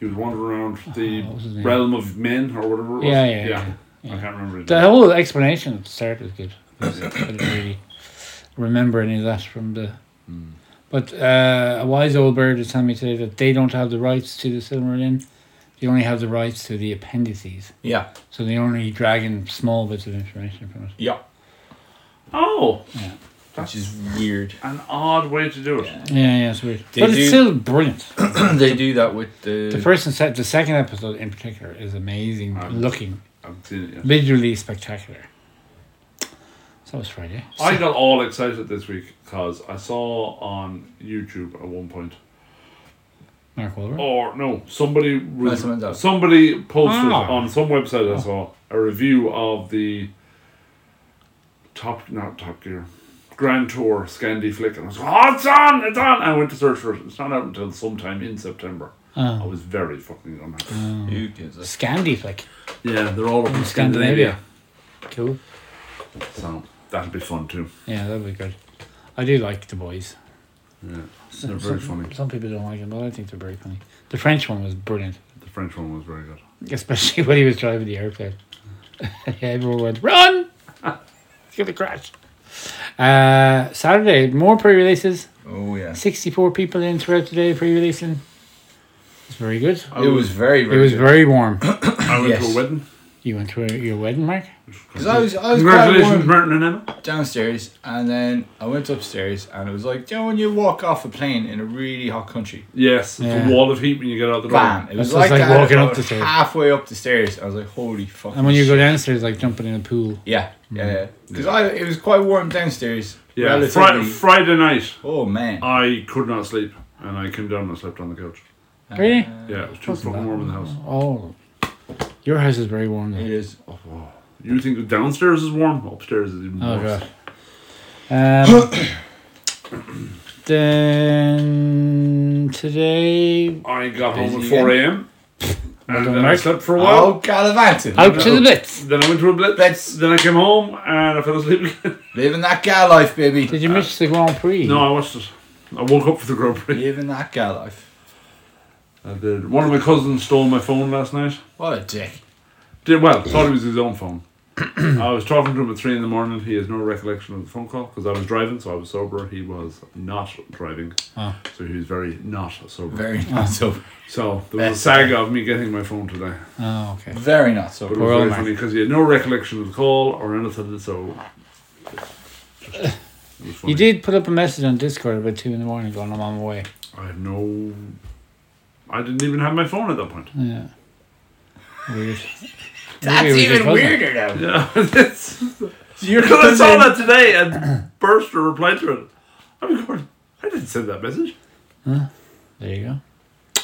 Speaker 1: he was wandering around the
Speaker 2: Oh, what was his name?
Speaker 1: realm of men or whatever it was.
Speaker 2: Yeah, yeah, yeah.
Speaker 1: I can't remember. his
Speaker 2: the
Speaker 1: name.
Speaker 2: whole explanation at the start was good. I didn't really remember any of that from the. But uh, a wise old bird was telling me today that they don't have the rights to the Silmarillion. They only have the rights to the appendices.
Speaker 3: Yeah.
Speaker 2: So they only drag in small bits of information from it.
Speaker 3: Yeah.
Speaker 1: Oh,
Speaker 3: Which is
Speaker 2: (clears throat)
Speaker 3: weird.
Speaker 1: an odd way to do it.
Speaker 2: Yeah, yeah, it's weird.
Speaker 3: They
Speaker 2: but
Speaker 3: do-
Speaker 2: it's still brilliant.
Speaker 3: they do that with the.
Speaker 2: The first and sec- the second episode in particular is amazing
Speaker 1: Um,
Speaker 2: looking,
Speaker 1: I haven't seen it yet.
Speaker 2: visually spectacular. So it's Friday.
Speaker 1: I got all excited this week because I saw on YouTube at one point,
Speaker 2: Mark Wahlberg.
Speaker 1: or no, somebody was,
Speaker 3: someone does.
Speaker 1: somebody posted
Speaker 2: Ah.
Speaker 1: on some website I saw a review of the top not Top Gear Grand Tour Scandi Flick, and I was like, oh, it's on, it's on. I went to search for it. It's not out until sometime in September. I
Speaker 2: Oh.
Speaker 1: was very fucking unhappy.
Speaker 2: Ah.
Speaker 3: Who gives a-
Speaker 2: Scandi flick.
Speaker 1: yeah, they're all up in
Speaker 2: Scandinavia. Cool.
Speaker 1: so that'll be fun too.
Speaker 2: Yeah, that'd be good. I do like the boys.
Speaker 1: Yeah, they're very funny.
Speaker 2: Some people don't like them, but I think they're very funny. The French one was brilliant,
Speaker 1: The French one was very good.
Speaker 2: especially (laughs) when he was driving the airplane. (laughs) Everyone went, run! (laughs) It's going to crash. Uh, Saturday, more pre releases.
Speaker 3: Oh yeah.
Speaker 2: 64 people in throughout the day pre releasing. It's very good.
Speaker 3: It was very.
Speaker 2: It
Speaker 3: very
Speaker 2: was
Speaker 3: good.
Speaker 2: very warm. (coughs)
Speaker 1: I went to
Speaker 3: Yes.
Speaker 1: a wedding.
Speaker 2: You went to your wedding, Mark?
Speaker 3: 'Cause I was, I was quite
Speaker 1: Congratulations,
Speaker 3: warm
Speaker 1: Martin and Emma.
Speaker 3: downstairs, and then I went upstairs, and it was like, you know, when you walk off a plane in a really hot country,
Speaker 1: Yes, it's
Speaker 2: Yeah.
Speaker 1: a wall of heat when you get out the door.
Speaker 3: bam! It was
Speaker 2: That's
Speaker 3: like,
Speaker 2: like
Speaker 3: that
Speaker 2: walking up
Speaker 3: about
Speaker 2: the stairs.
Speaker 3: halfway up the stairs. I was like, holy fuck!
Speaker 2: And when you go Mm. downstairs, like jumping in a pool.
Speaker 3: yeah, yeah, because I it was quite warm downstairs.
Speaker 1: Yeah, Fri-
Speaker 3: relatively.
Speaker 1: Friday night.
Speaker 3: oh man,
Speaker 1: I could not sleep, and I came down and slept on the couch. Uh,
Speaker 2: Really?
Speaker 1: Yeah, it was too fucking warm in the house. Oh,
Speaker 2: Oh. Your house is very warm,
Speaker 3: it
Speaker 2: though.
Speaker 3: is.
Speaker 1: You think downstairs is warm? Upstairs is even
Speaker 2: Oh,
Speaker 1: worse.
Speaker 2: God. (coughs) Um, then today,
Speaker 1: I got
Speaker 3: Busy
Speaker 1: home at
Speaker 3: again.
Speaker 1: four a.m. and
Speaker 2: done,
Speaker 1: then I
Speaker 2: Mark.
Speaker 1: slept for a while.
Speaker 3: Oh, gallivanting!
Speaker 2: out to the bits.
Speaker 1: Then I went to a blitz.
Speaker 3: That's-
Speaker 1: Then I came home and I fell asleep again.
Speaker 3: living that gal life, baby.
Speaker 2: Did you miss the Grand Prix?
Speaker 1: no, I watched it. I woke up for the Grand Prix.
Speaker 3: Living that gal life.
Speaker 1: I did. One of my cousins stole my phone last night.
Speaker 3: What a dick!
Speaker 1: Did well. Thought it was his own phone. (clears throat) I was talking to him at three in the morning. He has no recollection of the phone call because I was driving, so I was sober. He was not driving,
Speaker 2: Ah.
Speaker 1: so he was very not sober.
Speaker 3: Very not so.
Speaker 1: So there was a
Speaker 3: Best
Speaker 1: saga of me getting my phone today.
Speaker 2: Oh, okay.
Speaker 3: Very not so.
Speaker 1: But it
Speaker 2: Poor
Speaker 1: was
Speaker 2: old
Speaker 1: very
Speaker 2: man.
Speaker 1: funny because he had no recollection of the call or anything. So it was funny.
Speaker 2: You did put up a message on Discord about 2 in the morning going, I'm on my way.
Speaker 1: I had no. I didn't even have my phone at that point.
Speaker 2: Yeah. Weird. Maybe it
Speaker 6: That's
Speaker 2: was just
Speaker 6: even
Speaker 2: wasn't.
Speaker 6: weirder now.
Speaker 2: (laughs)
Speaker 1: Yeah, (laughs) that's
Speaker 3: You're
Speaker 1: because I saw that today and burst to reply to it. I'm going. I didn't send that message.
Speaker 2: There you go.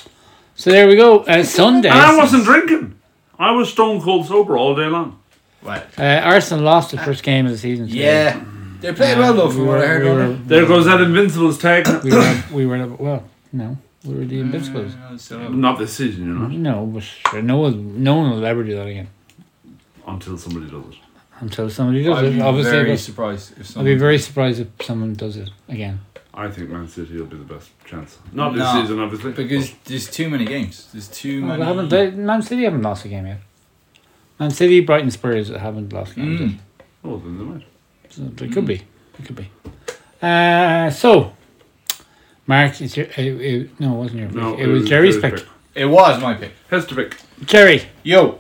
Speaker 2: So there we go. Uh, Sunday.
Speaker 1: And I wasn't drinking. I was stone cold sober all day long.
Speaker 3: Right.
Speaker 2: Uh, Arsenal lost the first game of the season. today.
Speaker 3: Yeah. They played well though,
Speaker 2: We
Speaker 3: from
Speaker 2: were,
Speaker 3: what I
Speaker 2: we were,
Speaker 3: heard.
Speaker 1: There goes that Invincibles tag.
Speaker 2: we were, we were, well, no, we were the
Speaker 3: Mm,
Speaker 2: Invincibles.
Speaker 1: Not this season, you know,
Speaker 2: No, but sure, no one, no one will ever do that again
Speaker 1: until somebody does it.
Speaker 2: until somebody does
Speaker 3: I'd
Speaker 2: it.
Speaker 3: be
Speaker 2: Obviously,
Speaker 3: very
Speaker 2: but
Speaker 3: surprised if
Speaker 2: I'll
Speaker 3: someone.
Speaker 2: be very surprised if someone does it again.
Speaker 1: I think Man City will be the best chance. Not this
Speaker 3: No,
Speaker 1: season, obviously.
Speaker 3: because there's too many games. There's too
Speaker 2: Well,
Speaker 3: many.
Speaker 2: they haven't, they, Man City haven't lost a game yet. Man City, Brighton, Spurs haven't lost games.
Speaker 3: Mm.
Speaker 1: oh, then they might.
Speaker 2: yet. So they could be. It could be. Uh, so, Mark, it's your. Uh, it, no, it wasn't your. Pick.
Speaker 1: No,
Speaker 2: it, was Jerry's pick.
Speaker 1: pick.
Speaker 3: It was my pick.
Speaker 1: Hester pick.
Speaker 2: Jerry,
Speaker 3: Yo,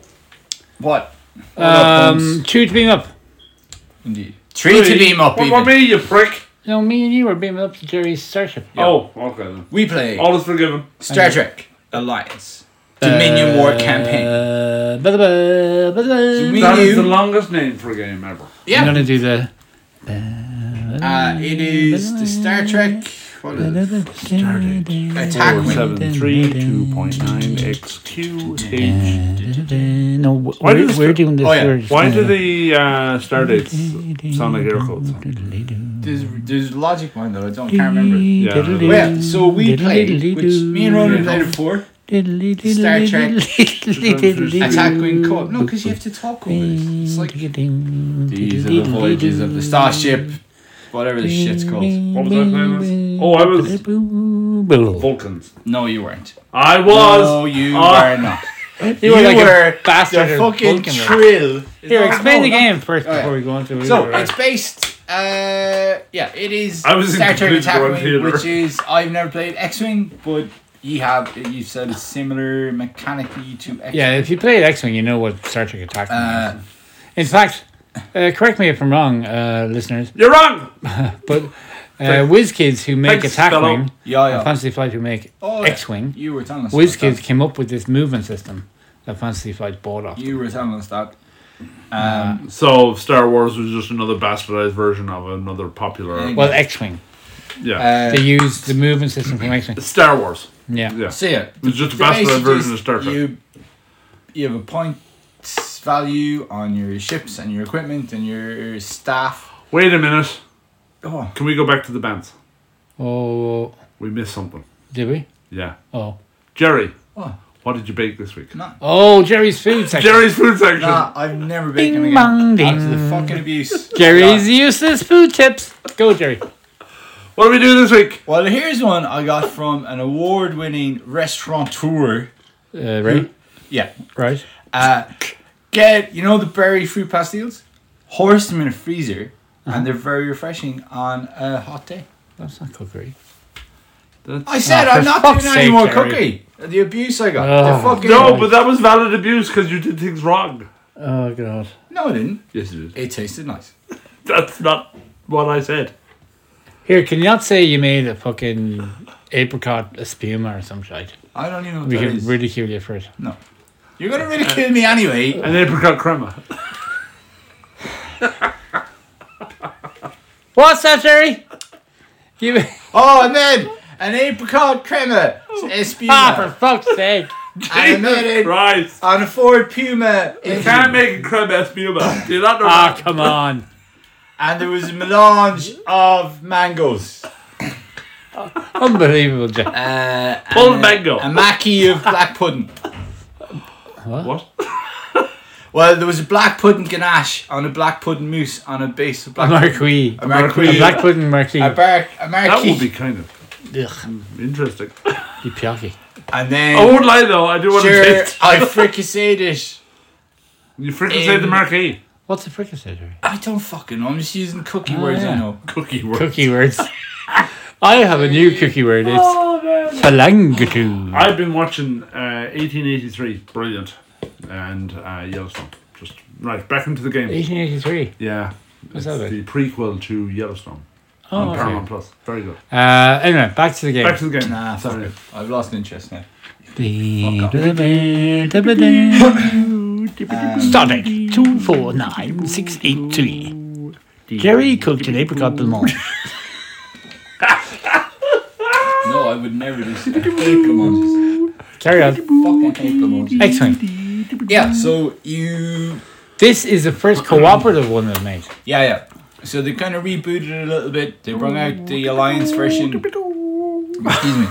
Speaker 3: what? What up,
Speaker 2: um,
Speaker 3: Holmes?
Speaker 2: two to beam up.
Speaker 3: Indeed.
Speaker 7: Three to beam up,
Speaker 1: What
Speaker 7: even.
Speaker 1: about me, you prick?
Speaker 2: No, me and you were beaming up to Jerry's starship.
Speaker 1: Oh, okay then.
Speaker 3: We play
Speaker 1: All is forgiven.
Speaker 3: Star Trek Alliance Dominion War campaign.
Speaker 2: Uh, blah, blah, blah, blah, blah.
Speaker 3: Me
Speaker 1: That
Speaker 3: and
Speaker 1: is the
Speaker 3: you.
Speaker 1: longest name for a game ever.
Speaker 2: I'm
Speaker 3: Yeah.
Speaker 2: gonna do the
Speaker 3: Uh, it is the Star Trek. What is it? Attack Wing.
Speaker 1: 473.2.9xqh.
Speaker 2: no. w-
Speaker 1: Why
Speaker 2: we're,
Speaker 1: do the
Speaker 2: we're
Speaker 1: sta-
Speaker 2: doing this.
Speaker 3: Oh, yeah.
Speaker 2: first.
Speaker 1: Why
Speaker 2: No,
Speaker 1: do
Speaker 2: no.
Speaker 1: the uh, star dates sound like air codes?
Speaker 3: There's, there's logic behind that. I don't can't remember.
Speaker 1: Yeah.
Speaker 3: Well, so we played, which me and Ronan played it for Star Trek Attack Wing Co-op. No, because you have to talk over it. It's like these are the voyages of the starship, whatever the shit's called.
Speaker 1: What was I playing as? Oh, I was
Speaker 2: was.
Speaker 1: Vulcans.
Speaker 3: No, you weren't.
Speaker 1: I was.
Speaker 3: No, you
Speaker 1: Oh.
Speaker 3: were not.
Speaker 2: Ah. (laughs) You were like a
Speaker 3: the
Speaker 2: bastard. or
Speaker 3: fucking
Speaker 2: Vulcan or-
Speaker 3: trill.
Speaker 2: Here, explain
Speaker 3: No,
Speaker 2: the
Speaker 3: no.
Speaker 2: game first
Speaker 3: Oh, yeah.
Speaker 2: before we go on to it.
Speaker 3: So it's based. Uh, yeah, it is
Speaker 1: I was in
Speaker 3: Star Trek
Speaker 1: complete
Speaker 3: Attack
Speaker 1: wrong
Speaker 3: Wing,
Speaker 1: theater.
Speaker 3: which is I've never played X Wing, but you have. You said it's similar mechanically to X.
Speaker 2: Yeah, if you played X Wing, you know what Star Trek Attack Wing
Speaker 3: Uh,
Speaker 2: is. In fact, uh, correct me if I'm wrong, uh, listeners,
Speaker 1: You're wrong!
Speaker 2: but uh, WizKids who make
Speaker 1: Thanks,
Speaker 2: Attack
Speaker 1: fellow.
Speaker 2: Wing,
Speaker 3: yeah,
Speaker 2: and
Speaker 3: yeah.
Speaker 2: Fantasy Flight who make
Speaker 3: Oh,
Speaker 2: X Wing,
Speaker 3: You were telling us. about
Speaker 2: WizKids
Speaker 3: that.
Speaker 2: came up with this movement system that Fantasy Flight bought off.
Speaker 3: You were telling us that. Um,
Speaker 1: So Star Wars was just another bastardized version of another popular.
Speaker 2: Well, X Wing.
Speaker 1: Yeah.
Speaker 3: uh,
Speaker 2: They used the movement system from X Wing.
Speaker 1: Star Wars.
Speaker 2: Yeah.
Speaker 1: Yeah.
Speaker 3: so yeah,
Speaker 1: It's just a
Speaker 3: the
Speaker 1: bastardized
Speaker 3: basic
Speaker 1: version of
Speaker 3: is
Speaker 1: Star Trek.
Speaker 3: You, you have a points value on your ships and your equipment and your staff.
Speaker 1: Wait a minute.
Speaker 3: Oh,
Speaker 1: Can we go back to the bands?
Speaker 2: Oh,
Speaker 1: We missed something.
Speaker 2: did we?
Speaker 1: Yeah.
Speaker 2: Oh.
Speaker 1: Jerry,
Speaker 3: oh
Speaker 1: what did you bake this week?
Speaker 3: no,
Speaker 2: Oh, Jerry's food section.
Speaker 1: Jerry's food section.
Speaker 3: nah, I've never been
Speaker 2: Ding
Speaker 3: again.
Speaker 2: bong ding.
Speaker 3: After the fucking abuse.
Speaker 2: Jerry's useless food tips. Go, Jerry.
Speaker 1: What do we do this week?
Speaker 3: Well, here's one I got from an award-winning restaurateur.
Speaker 2: Uh, right?
Speaker 3: Yeah.
Speaker 2: Right.
Speaker 3: Uh, get you know the berry fruit pastilles, hoist them in a freezer, and they're very refreshing on a hot day.
Speaker 2: That's not cookery.
Speaker 1: That's...
Speaker 3: I said
Speaker 2: Ah, for
Speaker 3: I'm not
Speaker 2: fuck's
Speaker 3: doing any
Speaker 2: sake, Oh.
Speaker 3: more
Speaker 2: Gary.
Speaker 3: cookie. The abuse I got.
Speaker 2: Ugh.
Speaker 3: the fucking
Speaker 1: No, but that was valid abuse because you did things wrong.
Speaker 2: Oh, God.
Speaker 3: no, I didn't.
Speaker 1: Yes, you did.
Speaker 3: It tasted nice.
Speaker 1: That's not what I said.
Speaker 2: Here, can you not say you made a fucking apricot espuma or some shit?
Speaker 3: I don't even know what
Speaker 2: We
Speaker 3: that
Speaker 2: can Uh,
Speaker 3: is.
Speaker 2: ridicule you for it.
Speaker 3: no, you're gonna ridicule me anyway.
Speaker 1: An apricot crema.
Speaker 2: What's that, Jerry? Give me
Speaker 3: Oh, and then an apricot crema,
Speaker 2: (laughs)
Speaker 3: espuma,
Speaker 2: ah, for fuck's sake.
Speaker 3: and I made
Speaker 1: Jesus
Speaker 3: it
Speaker 1: Christ.
Speaker 3: on a Ford Puma.
Speaker 1: You can't make a creme espuma. Do you not know
Speaker 2: Ah,
Speaker 1: that?
Speaker 2: come on.
Speaker 3: and there was a melange of mangoes.
Speaker 2: Unbelievable, Jerry.
Speaker 3: Uh,
Speaker 1: Pulled
Speaker 3: and
Speaker 1: mango.
Speaker 3: A mackie of black pudding.
Speaker 1: What?
Speaker 3: Well, there was a black pudding ganache on a black pudding mousse on a base of black
Speaker 2: Marquis.
Speaker 3: A marquee.
Speaker 2: A black pudding marquis.
Speaker 3: A, bar- a
Speaker 1: That
Speaker 3: marquee.
Speaker 1: would be kind of
Speaker 2: Ugh,
Speaker 1: interesting.
Speaker 2: you piacky.
Speaker 3: and then,
Speaker 1: I won't lie though, I do want to
Speaker 3: sure,
Speaker 1: taste.
Speaker 3: (laughs) I fricasseed it.
Speaker 1: You freaking said the
Speaker 3: Um,
Speaker 1: marquee.
Speaker 2: What's a fricassee, Jerry?
Speaker 3: I don't fucking know. I'm just using cookie
Speaker 1: Oh,
Speaker 2: Ah,
Speaker 3: words
Speaker 2: yeah.
Speaker 3: I know.
Speaker 1: Cookie word.
Speaker 2: Cookie words. (laughs) I have a new cookie word. It's
Speaker 1: Oh, man.
Speaker 2: phalangutu.
Speaker 1: I've been watching uh, 1883, brilliant, and uh, Yellowstone. Just right back into the game.
Speaker 2: 1883.
Speaker 1: Yeah,
Speaker 2: What's
Speaker 1: it's
Speaker 2: that about?
Speaker 1: the prequel to Yellowstone on
Speaker 2: Oh, okay.
Speaker 1: Paramount Plus. Very good.
Speaker 2: Uh, anyway, back to the game.
Speaker 1: Back to the game.
Speaker 3: Nah, fuck
Speaker 1: Sorry.
Speaker 3: it. I've lost interest now.
Speaker 2: Started two four nine six eight three. Jerry cooked an apricot blanc.
Speaker 3: No, I would never do that.
Speaker 2: Carry on.
Speaker 3: Fucking hate emojis.
Speaker 2: X Wing.
Speaker 3: Yeah, so you
Speaker 2: This is the first cooperative one they've made.
Speaker 3: Yeah, yeah. So they kind of rebooted it a little bit. They brought out the Alliance version. Excuse me.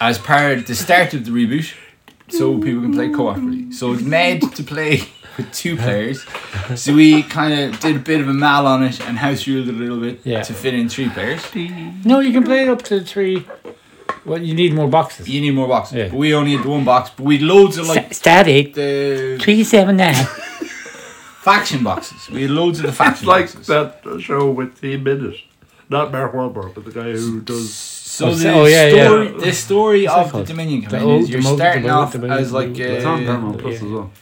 Speaker 3: As part of the start of the reboot, so people can play cooperatively. So it's made to play (laughs) with two players. So we kind of did a bit of a mal on it and house ruled it a little bit
Speaker 2: Yeah.
Speaker 3: to fit in three players.
Speaker 2: No, you can play it up to three. Well, you need more boxes.
Speaker 3: You need more boxes.
Speaker 2: Yeah.
Speaker 3: But we only had one box, but we had loads of like
Speaker 2: Static
Speaker 3: the
Speaker 2: three seven nine.
Speaker 3: faction boxes. We had loads of the faction
Speaker 1: like
Speaker 3: boxes.
Speaker 1: that show with Team in it. Not Mark Wahlberg, but the guy who does.
Speaker 3: So the
Speaker 2: oh, yeah, yeah.
Speaker 3: story, the story
Speaker 2: that
Speaker 3: of the
Speaker 2: called?
Speaker 3: Dominion Command
Speaker 2: old-
Speaker 3: is you're
Speaker 2: the mo- the
Speaker 3: starting
Speaker 2: mo-
Speaker 3: off
Speaker 2: the mo-
Speaker 3: as
Speaker 2: the-
Speaker 3: like
Speaker 2: the-
Speaker 1: It's on
Speaker 3: a
Speaker 1: Paramount Plus as well.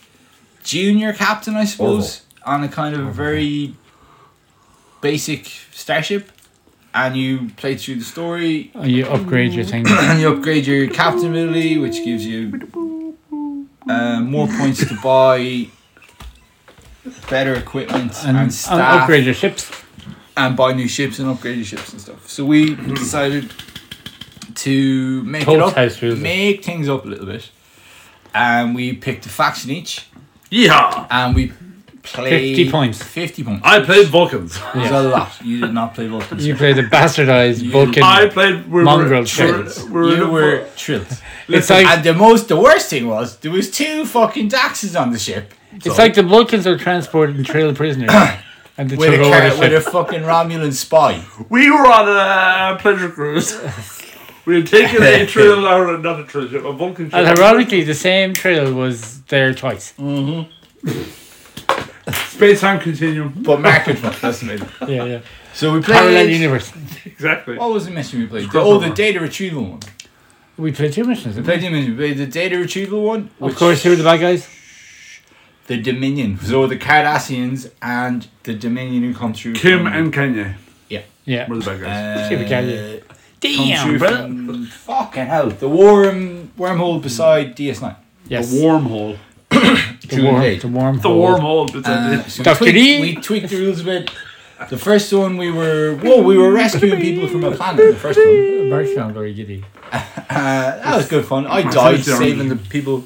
Speaker 3: junior captain, I suppose, on a kind of very basic starship, and you play through the story (clears throat)
Speaker 2: You upgrade your thing.
Speaker 3: and you upgrade your captain ability, which gives you uh, more points to buy. Better equipment and,
Speaker 2: and, and
Speaker 3: staff,
Speaker 2: upgrade your ships.
Speaker 3: and buy new ships and upgrade your ships and stuff.
Speaker 2: (clears throat)
Speaker 3: So we decided to make
Speaker 2: Totes
Speaker 3: it
Speaker 2: house
Speaker 3: up,
Speaker 2: rules it.
Speaker 3: make things up a little bit, and we picked a faction each,
Speaker 1: Yeah,
Speaker 3: and we played
Speaker 2: 50 points.
Speaker 3: Fifty points.
Speaker 1: I played Vulcans.
Speaker 3: It was a lot. You did not play
Speaker 2: (laughs)
Speaker 3: Vulcan.
Speaker 2: You play the bastardized
Speaker 3: You-
Speaker 2: Vulcan.
Speaker 1: I played. We
Speaker 2: Mongrel
Speaker 1: were,
Speaker 2: chickens.
Speaker 1: we were,
Speaker 3: you were thrilled.
Speaker 2: it's
Speaker 1: listen,
Speaker 2: like
Speaker 3: And the most, the worst thing was there was two fucking Daxes on the ship
Speaker 2: it's like the Vulcans are transported and trailed
Speaker 3: (coughs)
Speaker 2: prisoners, and they
Speaker 3: with a,
Speaker 2: took over the
Speaker 3: car- with a
Speaker 2: ship.
Speaker 3: fucking Romulan spy.
Speaker 1: we were on a pleasure cruise. we had taken a trail or not a trail ship, a Vulcan ship.
Speaker 2: And ironically, the same trail was there twice.
Speaker 1: Space time continuum.
Speaker 3: But market one. That's amazing.
Speaker 2: Yeah, yeah.
Speaker 3: So we
Speaker 2: Parallel
Speaker 3: played.
Speaker 2: universe.
Speaker 1: Exactly.
Speaker 3: What was the mission we played? The- oh, the
Speaker 1: crossover.
Speaker 3: data retrieval one.
Speaker 2: We played two missions.
Speaker 3: We
Speaker 2: Didn't
Speaker 3: played the mission. We played the data retrieval one.
Speaker 2: we? Of course, who are the bad guys?
Speaker 3: the Dominion. So the Cardassians and the Dominion who come through.
Speaker 1: Kim
Speaker 3: from-
Speaker 1: and Kenya
Speaker 2: Yeah.
Speaker 1: were the bad guys.
Speaker 3: uh,
Speaker 2: Stupid Canyon.
Speaker 3: come
Speaker 2: Damn,
Speaker 3: through from- Uh, mm, fucking hell! The worm wormhole beside DS9.
Speaker 2: Yes.
Speaker 1: The wormhole.
Speaker 2: The warm.
Speaker 3: Indeed.
Speaker 2: The warm.
Speaker 1: The wormhole. It's
Speaker 3: Uh,
Speaker 1: a,
Speaker 3: so
Speaker 2: Dr.
Speaker 3: we,
Speaker 2: D.
Speaker 3: tweaked, we tweaked the rules a bit. The first one we were whoa, we were rescuing
Speaker 2: E.
Speaker 3: people from a planet. The first one
Speaker 2: Very strong, very giddy.
Speaker 3: uh, that was good fun. I died
Speaker 1: Sorry.
Speaker 3: saving the people.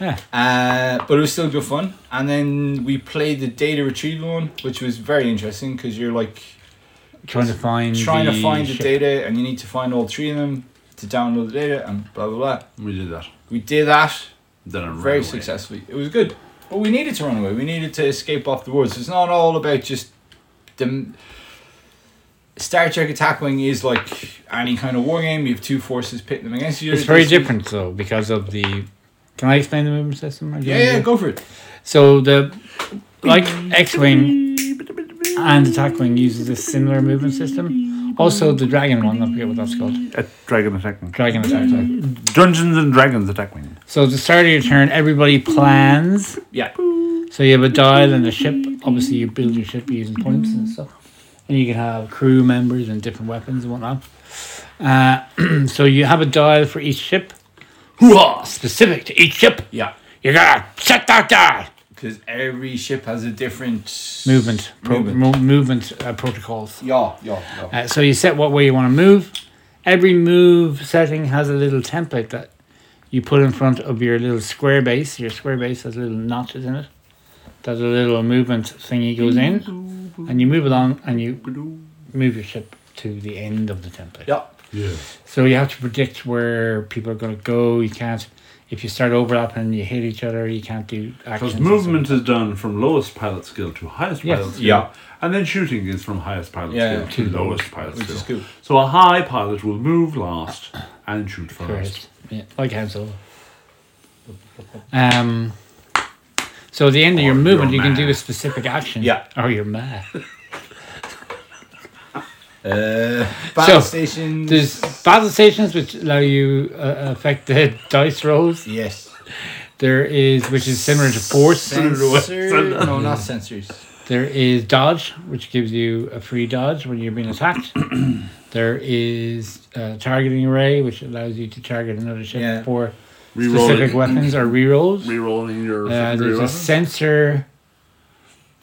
Speaker 2: Yeah.
Speaker 3: Uh, but it was still good fun. And then we played the data retrieval one, which was very interesting because you're like
Speaker 2: Trying to find.
Speaker 3: trying to find the
Speaker 2: ship.
Speaker 3: data and you need to find all three of them to download the data and blah blah blah.
Speaker 1: we did that.
Speaker 3: We did that
Speaker 1: Then I ran
Speaker 3: very
Speaker 1: away.
Speaker 3: successfully. It was good. But we needed to run away. We needed to escape off the woods. It's not all about just the Star Trek Attack Wing is like any kind of war game. You have two forces pitting them against each other.
Speaker 2: It's very
Speaker 3: There's-
Speaker 2: different though because of the. Can I explain the movement system? Or do you
Speaker 3: Yeah,
Speaker 2: wanna
Speaker 3: yeah,
Speaker 2: do-
Speaker 3: go for it.
Speaker 2: So the like X-wing and attack wing uses a similar movement system. Also, the dragon one. I forget what that's called.
Speaker 1: A dragon attacking.
Speaker 2: Dragon attack. sorry.
Speaker 1: Dungeons and Dragons attacking.
Speaker 2: So at the start of your turn, everybody plans.
Speaker 3: Yeah.
Speaker 2: So you have a dial and a ship. Obviously, you build your ship using points and stuff, and you can have crew members and different weapons and whatnot. Uh, (clears throat) so you have a dial for each ship,
Speaker 1: Hoo-ah!
Speaker 2: specific to each ship.
Speaker 3: Yeah.
Speaker 2: You gotta set that dial.
Speaker 3: Because every ship has a different
Speaker 2: Movement, pro-
Speaker 3: Movement.
Speaker 2: mo- movement uh, protocols.
Speaker 3: Yeah, yeah, yeah.
Speaker 2: Uh, so you set what way you want to move. Every move setting has a little template that you put in front of your little square base. Your square base has little notches in it. That a little movement thingy goes in, and you move along and you move your ship to the end of the template.
Speaker 3: Yeah.
Speaker 1: Yeah.
Speaker 2: So you have to predict where people are going to go. You can't, if you start overlapping, you hit each other. You can't do actions.
Speaker 1: Because
Speaker 2: and stuff.
Speaker 1: movement is done from lowest pilot skill to highest
Speaker 2: Yes.
Speaker 1: pilot skill.
Speaker 3: Yeah.
Speaker 1: And then shooting is from highest pilot
Speaker 3: Yeah,
Speaker 1: skill to lowest pilot
Speaker 3: Which
Speaker 1: skill.
Speaker 3: is cool.
Speaker 1: So a high pilot will move last and shoot first.
Speaker 2: Correct. Yeah, like Han Solo. Um, so at the end of your
Speaker 1: Or
Speaker 2: movement, you
Speaker 1: you're
Speaker 2: can do
Speaker 1: mad.
Speaker 2: a specific action.
Speaker 3: Yeah.
Speaker 2: Or you're mad.
Speaker 3: Uh,
Speaker 2: So,
Speaker 3: battle stations.
Speaker 2: There's battle stations which allow you uh, affect the (laughs) dice rolls.
Speaker 3: yes.
Speaker 2: There is, which is similar to force.
Speaker 3: Sensor, no, not (laughs) sensors.
Speaker 2: There is dodge, which gives you a free dodge when you're being attacked. there is uh, targeting array, which allows you to target another ship
Speaker 3: Yeah.
Speaker 2: for specific
Speaker 1: Rerolling,
Speaker 2: weapons or rerolls.
Speaker 1: rerolling your
Speaker 2: Uh,
Speaker 1: secondary
Speaker 2: there's a
Speaker 1: weapon.
Speaker 2: sensor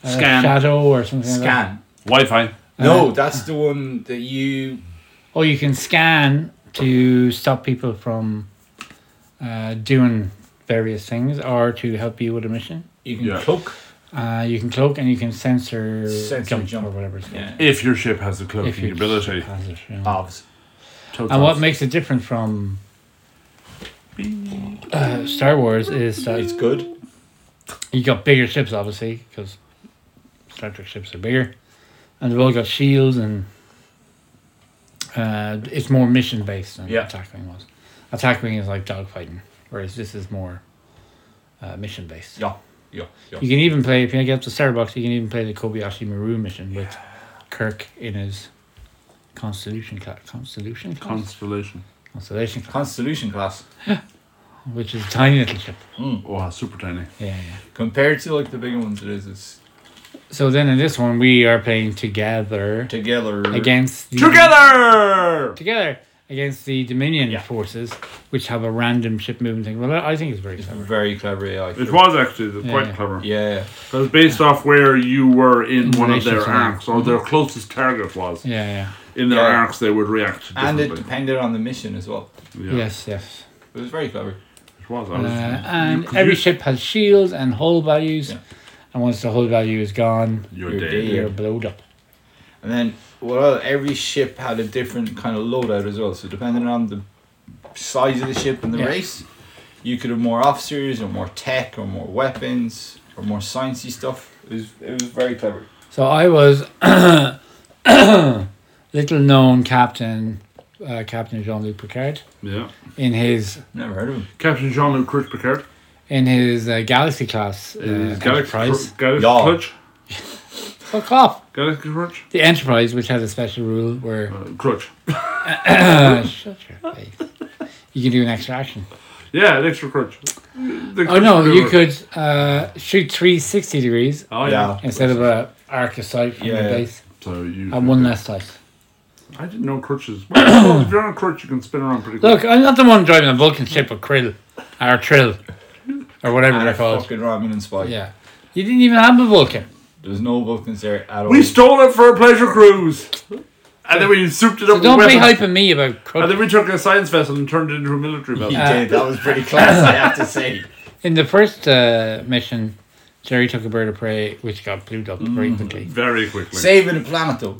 Speaker 2: uh,
Speaker 1: Scan.
Speaker 2: shadow or something like that.
Speaker 3: Scan. Uh,
Speaker 1: Wi-Fi.
Speaker 3: No, that's the one that you
Speaker 2: Oh, Or you can scan to stop people from uh, doing various things or to help you with a mission.
Speaker 3: You can
Speaker 1: Yeah.
Speaker 3: cook.
Speaker 2: Uh, you can cloak and you can censor,
Speaker 3: Sensor
Speaker 2: jump,
Speaker 3: jump.
Speaker 2: or whatever it's called.
Speaker 3: Yeah.
Speaker 1: If your ship has the
Speaker 2: If
Speaker 1: cloaking
Speaker 2: you
Speaker 1: ability.
Speaker 2: has it, yeah.
Speaker 3: Bobs.
Speaker 1: Totes
Speaker 2: And what
Speaker 1: off.
Speaker 2: makes it different from uh, Star Wars is
Speaker 3: It's
Speaker 2: that
Speaker 3: good.
Speaker 2: you got bigger ships, obviously, because Star Trek ships are bigger, and they've all got shields, and uh, it's more mission based than
Speaker 3: Yeah.
Speaker 2: attack wing was. Attack wing is like dogfighting, whereas this is more uh, mission based.
Speaker 3: Yeah. Yeah. yeah.
Speaker 2: You can even play if you get up to Starbucks, you can even play the Kobayashi Maru mission with Kirk in his Constitution class, Constitution class,
Speaker 1: Constellation.
Speaker 2: Constellation class,
Speaker 3: Constitution class.
Speaker 2: which is a tiny little ship.
Speaker 1: Wow, super tiny.
Speaker 2: Yeah, yeah.
Speaker 3: Compared to like the bigger ones, it is. It's
Speaker 2: So then in this one, we are playing together
Speaker 3: together.
Speaker 2: against the,
Speaker 1: Together!
Speaker 2: together against the Dominion
Speaker 3: Yeah.
Speaker 2: forces, which have a random ship movement thing. Well, I I think it's very
Speaker 3: It's
Speaker 2: clever.
Speaker 3: very clever AI.
Speaker 1: It was actually th-
Speaker 2: Yeah,
Speaker 1: quite
Speaker 2: yeah.
Speaker 1: clever.
Speaker 3: Yeah.
Speaker 1: It was based off where you were in,
Speaker 2: In
Speaker 1: one of their
Speaker 2: relation to them.
Speaker 1: arcs, or their closest target was.
Speaker 2: Mm-hmm. Yeah, yeah.
Speaker 1: In their
Speaker 3: Yeah.
Speaker 1: arcs, they would react
Speaker 3: And it
Speaker 1: differently.
Speaker 3: depended on the mission as well.
Speaker 1: yeah,
Speaker 2: Yes, yes.
Speaker 3: It was very clever.
Speaker 1: it was. I
Speaker 2: Uh,
Speaker 1: was-
Speaker 2: and
Speaker 1: you- 'cause
Speaker 2: every
Speaker 1: you-
Speaker 2: ship has shields and hull values.
Speaker 3: Yeah.
Speaker 2: And once the hull value is gone,
Speaker 1: You're,
Speaker 3: you're
Speaker 1: dead.
Speaker 3: dead.
Speaker 2: you're blowed up.
Speaker 3: And then, well, every ship had a different kind of loadout as well. So depending on the size of the ship and the
Speaker 2: Yeah.
Speaker 3: race, you could have more officers or more tech or more weapons or more sciencey stuff. It was it was very clever.
Speaker 2: So I was (coughs) little known captain, uh, Captain Jean Luc Picard,
Speaker 1: Yeah.
Speaker 2: in his
Speaker 3: Never heard of him.
Speaker 1: Captain Jean Luc Chris Picard.
Speaker 2: in his uh, Galaxy class uh,
Speaker 1: Is Galaxy,
Speaker 2: Enterprise.
Speaker 1: Cr- Galaxy
Speaker 3: Yeah.
Speaker 1: Clutch.
Speaker 2: Fuck off!
Speaker 1: Galaxy Clutch.
Speaker 2: The Enterprise, which had a special rule where
Speaker 1: Uh, crutch.
Speaker 2: (laughs) shut your face. Uh, You can do an extra action.
Speaker 1: Yeah, an extra crutch. The
Speaker 2: Oh
Speaker 1: crutch
Speaker 2: no, you
Speaker 1: maneuver.
Speaker 2: could uh, shoot 360 degrees
Speaker 1: Oh yeah.
Speaker 2: instead of a arc of sight from
Speaker 3: Yeah,
Speaker 2: the
Speaker 3: yeah.
Speaker 2: base.
Speaker 1: So you.
Speaker 2: And one less sight.
Speaker 1: I didn't know crutches. Well, if you're on a crutch, you can spin around pretty quick.
Speaker 2: Look, I'm not the one driving a Vulcan ship or Krill. Or Trill. Or whatever
Speaker 3: And a
Speaker 2: they're called.
Speaker 3: fucking Romulan spy.
Speaker 2: Yeah. You didn't even have a Vulcan.
Speaker 3: There's no Vulcans there at all.
Speaker 1: We stole it for a pleasure cruise, and then we souped it up.
Speaker 2: So don't
Speaker 1: with
Speaker 2: be
Speaker 1: weapons.
Speaker 2: hyping me about
Speaker 1: And then
Speaker 2: Krug.
Speaker 1: we took a science vessel and turned it into a military
Speaker 3: he
Speaker 1: vessel.
Speaker 3: did. That was pretty classy, I have to say.
Speaker 2: In the first uh, mission, Jerry took a bird of prey, which got blued up very quickly.
Speaker 1: Very quickly.
Speaker 3: Saving the planet though.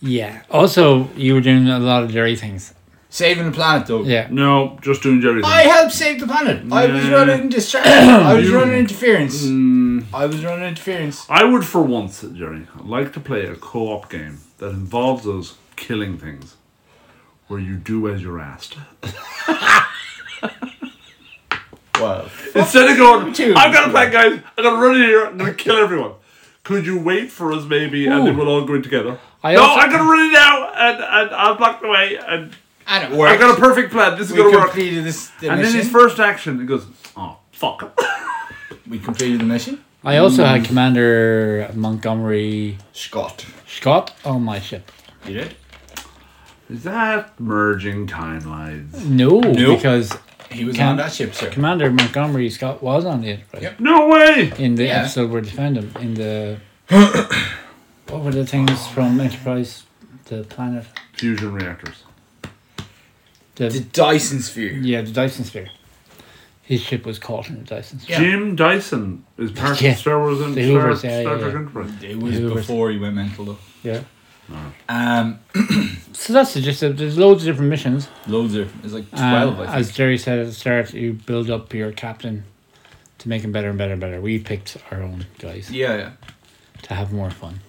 Speaker 2: Yeah. Also, you were doing a lot of Jerry things.
Speaker 3: Saving the planet though.
Speaker 2: Yeah.
Speaker 1: No, just doing Jerry.
Speaker 3: I helped save the planet. I was
Speaker 1: Yeah.
Speaker 3: running distraction. I was running interference.
Speaker 1: Mm,
Speaker 3: I was running interference.
Speaker 1: I would, for once, Jerry, like to play a co-op game that involves us killing things, where you do as you're asked.
Speaker 3: Wow.
Speaker 1: Instead of going,
Speaker 3: Dude.
Speaker 1: I've got a plan, guys. I'm gonna run in here. I'm gonna kill everyone. Could you wait for us, maybe, and then
Speaker 2: Ooh.
Speaker 1: we'll all go in together?
Speaker 2: I
Speaker 1: no,
Speaker 2: also-
Speaker 1: I'm gonna run in now, and, and I'll block the way, and
Speaker 3: And it
Speaker 1: I
Speaker 3: worked.
Speaker 1: got a perfect plan. This is
Speaker 3: we
Speaker 1: gonna work.
Speaker 3: completed this the
Speaker 1: And then
Speaker 3: mission.
Speaker 1: his first action, he goes, "Oh fuck." (laughs)
Speaker 3: we completed the mission.
Speaker 2: I also
Speaker 3: Mm.
Speaker 2: had Commander Montgomery
Speaker 3: Scott.
Speaker 2: Scott on my ship.
Speaker 3: You did?
Speaker 1: Is that merging timelines?
Speaker 2: No,
Speaker 3: No.
Speaker 2: because
Speaker 3: He was
Speaker 2: Can-
Speaker 3: on that ship, sir.
Speaker 2: Commander Montgomery Scott was on the Enterprise
Speaker 3: Yep.
Speaker 1: No way!
Speaker 2: in the
Speaker 3: Yeah.
Speaker 2: episode where they found him in
Speaker 3: (coughs)
Speaker 2: the. what were the things from Enterprise? The planet,
Speaker 1: Fusion reactors.
Speaker 2: the,
Speaker 3: The Dyson sphere.
Speaker 2: yeah, the Dyson sphere. His ship was caught in the Dyson sphere.
Speaker 3: Yeah.
Speaker 1: Jim Dyson is part
Speaker 2: Yeah.
Speaker 1: of Star Wars and
Speaker 2: The
Speaker 1: Star,
Speaker 2: Hoovers, yeah,
Speaker 1: Star
Speaker 2: yeah,
Speaker 1: Trek
Speaker 2: yeah.
Speaker 1: Enterprise.
Speaker 3: It was
Speaker 2: Yeah.
Speaker 3: before he went mental though.
Speaker 2: Yeah.
Speaker 3: Um,
Speaker 2: So that's the gist of. There's loads of different missions.
Speaker 3: loads of it's like twelve.
Speaker 2: Um,
Speaker 3: I
Speaker 2: as
Speaker 3: think.
Speaker 2: Jerry said at the start, you build up your captain to make him better and better and better. We picked our own guys
Speaker 3: Yeah, yeah.
Speaker 2: to have more fun.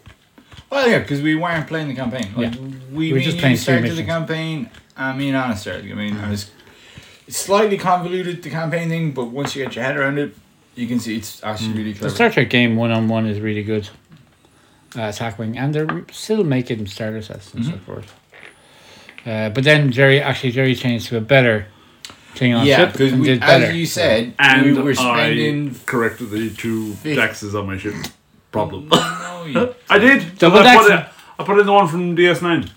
Speaker 3: Well, yeah, because we weren't playing the campaign. Like,
Speaker 2: Yeah.
Speaker 3: we,
Speaker 2: We were
Speaker 3: we
Speaker 2: just
Speaker 3: just
Speaker 2: playing two
Speaker 3: started the
Speaker 2: missions. Uh-huh.
Speaker 3: campaign. I mean, Anna started. I mean, it's it's slightly convoluted the campaign thing, but once you get your head around it, you can see it's actually really
Speaker 2: The
Speaker 3: clever.
Speaker 2: Star Trek game one on one is really good. Uh, attack wing, and they're still making starter sets and
Speaker 3: Mm-hmm.
Speaker 2: so forth. Uh, but then Jerry actually Jerry changed to a better thing on
Speaker 3: yeah,
Speaker 2: ship
Speaker 3: because
Speaker 2: and
Speaker 3: we,
Speaker 2: did better.
Speaker 3: as you said,
Speaker 1: And
Speaker 3: we were spending.
Speaker 1: I corrected the two
Speaker 3: fif-
Speaker 1: Dexes on my ship.
Speaker 2: (laughs)
Speaker 1: Problem.
Speaker 3: no, you-
Speaker 1: I did.
Speaker 2: Double
Speaker 1: I put,
Speaker 2: Dexing.
Speaker 1: in, I put in the one from DS9.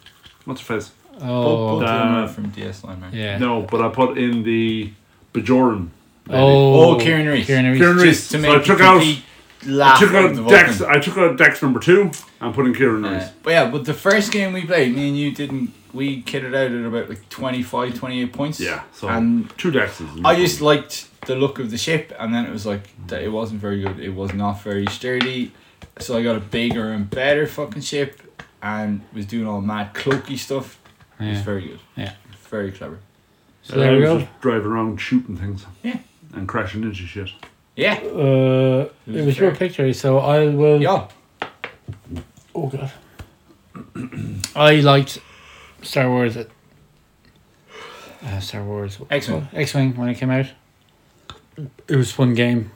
Speaker 1: What's her face?
Speaker 2: oh,
Speaker 3: both of them are
Speaker 1: Uh,
Speaker 3: from DS9, man.
Speaker 2: yeah.
Speaker 1: No, but I put in the Bajoran.
Speaker 2: Oh,
Speaker 3: Oh, Kieran Reese.
Speaker 2: Kieran Reese.
Speaker 1: Kieran Reese.
Speaker 3: Just to
Speaker 1: So
Speaker 3: make
Speaker 1: I
Speaker 3: it
Speaker 1: took out.
Speaker 3: complete
Speaker 1: I
Speaker 2: Ah,
Speaker 3: laugh
Speaker 1: took
Speaker 3: of the
Speaker 1: out
Speaker 3: Vulcan.
Speaker 1: Dex. I took out Dex number two and put in Kieran Reese.
Speaker 3: Uh, but yeah, but the first game we played, me and you didn't. we kitted out at about like 25, 28 points.
Speaker 1: Yeah, so
Speaker 3: and
Speaker 1: two decks is
Speaker 3: I just liked the look of the ship, and then it was like that. It wasn't very good. It was not very sturdy. So I got a bigger and better fucking ship, and was doing all mad cloaky stuff. It was
Speaker 2: Yeah.
Speaker 3: very good.
Speaker 2: Yeah.
Speaker 3: Very clever.
Speaker 2: So there we
Speaker 1: I
Speaker 2: go.
Speaker 1: was just driving around shooting things.
Speaker 3: Yeah.
Speaker 1: And crashing into shit.
Speaker 3: Yeah.
Speaker 2: Uh, it was your picture, so I will.
Speaker 3: Yeah.
Speaker 2: Oh god. I liked Star Wars. At, uh, Star Wars.
Speaker 3: X-Wing.
Speaker 2: X Wing when it came out. It was a fun game.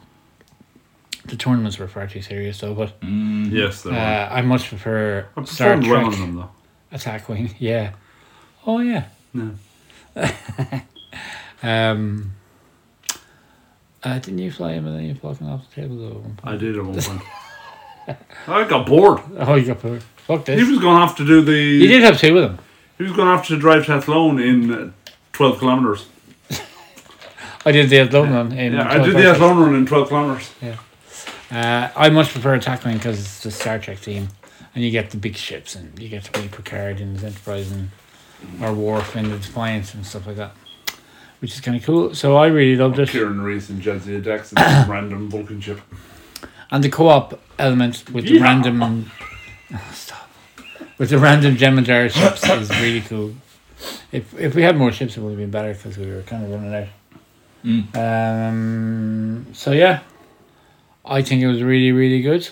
Speaker 2: The tournaments were far too serious though, but
Speaker 1: Yes, there
Speaker 2: uh,
Speaker 1: were.
Speaker 2: I much prefer
Speaker 1: I
Speaker 2: Star
Speaker 1: performed well
Speaker 2: Trek
Speaker 1: on them though.
Speaker 2: Attack Wing. (laughs) Yeah. Oh yeah.
Speaker 1: No.
Speaker 2: (laughs) Um. Uh, didn't you fly him and then you fucking off the table though? at one
Speaker 1: I did at one point. I got bored.
Speaker 2: point? Oh, you got poor. Fuck
Speaker 1: He
Speaker 2: this.
Speaker 1: was going to have to do the.
Speaker 2: You did have two of them.
Speaker 1: He was going to have to drive Tathlone in uh, 12 kilometres.
Speaker 2: I did the Athlone one. In
Speaker 1: Yeah, I
Speaker 2: 12
Speaker 1: did the
Speaker 2: hours.
Speaker 1: Athlone run in 12 kilometres.
Speaker 2: Uh, I much prefer Attack Wing because it's the Star Trek theme, and you get the big ships, and you get to be Picard and his Enterprise and or Worf and the Defiance and stuff like that, which is kind of cool. So I really loved it,
Speaker 1: Kieran Reese and Jadzia Dex and
Speaker 2: (coughs)
Speaker 1: some random Vulcan ship.
Speaker 2: and the co-op element with the
Speaker 1: Yeah.
Speaker 2: random
Speaker 1: (laughs)
Speaker 2: Oh, stop with the random Geminar ships is really cool. If if we had more ships, it would have been better because we were kind of running out.
Speaker 1: Mm.
Speaker 2: Um, so yeah, I think it was really, really good.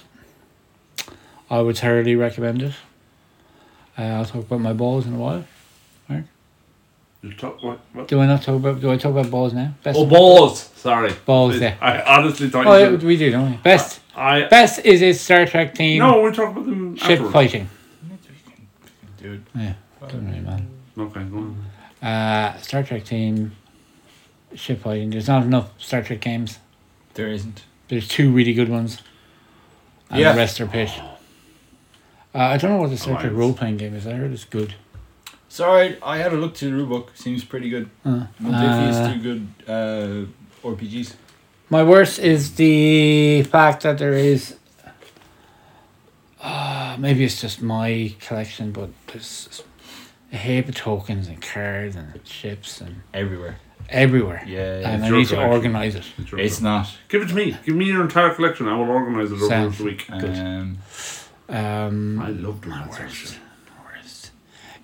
Speaker 2: I would thoroughly recommend it. Uh, I'll talk about my balls in a while.
Speaker 1: You talk, what, what?
Speaker 2: Do I not talk about? Do I talk about balls now? Best
Speaker 1: Oh, balls! Sorry.
Speaker 2: Balls, yeah.
Speaker 1: I honestly thought
Speaker 2: Oh,
Speaker 1: you
Speaker 2: yeah,
Speaker 1: said.
Speaker 2: we do, don't we? Best,
Speaker 1: I.
Speaker 2: best is a Star Trek team
Speaker 1: No, we'll talk about them
Speaker 2: ship
Speaker 1: afterwards.
Speaker 2: fighting.
Speaker 3: Dude.
Speaker 2: Yeah, doesn't really matter.
Speaker 1: Okay, go on.
Speaker 2: Uh, Star Trek team ship fighting. There's not enough Star Trek games.
Speaker 3: There isn't.
Speaker 2: There's two really good ones. And
Speaker 3: Yeah. Oh,
Speaker 2: the rest are pitch. Uh, I don't know what the Star Trek
Speaker 1: Alliance.
Speaker 2: role playing game is. I heard it's good.
Speaker 3: Sorry, I had a look to the rule book. Seems pretty good.
Speaker 2: Uh,
Speaker 3: Multifi
Speaker 2: uh,
Speaker 3: is two good uh, RPGs.
Speaker 2: my worst is the fact that there is. Uh, maybe it's just my collection, but there's a heap of tokens and cards and ships and
Speaker 3: Everywhere.
Speaker 2: everywhere.
Speaker 3: Yeah.
Speaker 2: and
Speaker 1: it's
Speaker 2: I
Speaker 1: your
Speaker 2: need to
Speaker 1: collection.
Speaker 2: organize it.
Speaker 1: It's your
Speaker 3: it's
Speaker 1: turn.
Speaker 3: not.
Speaker 1: Give it to me. Give me your entire collection. I will organise it over
Speaker 2: Sound.
Speaker 1: the week. Uh,
Speaker 2: Good.
Speaker 3: Um,
Speaker 2: Um,
Speaker 1: I love doing
Speaker 2: my
Speaker 1: that sort of
Speaker 2: worst.
Speaker 1: shit.
Speaker 2: worst.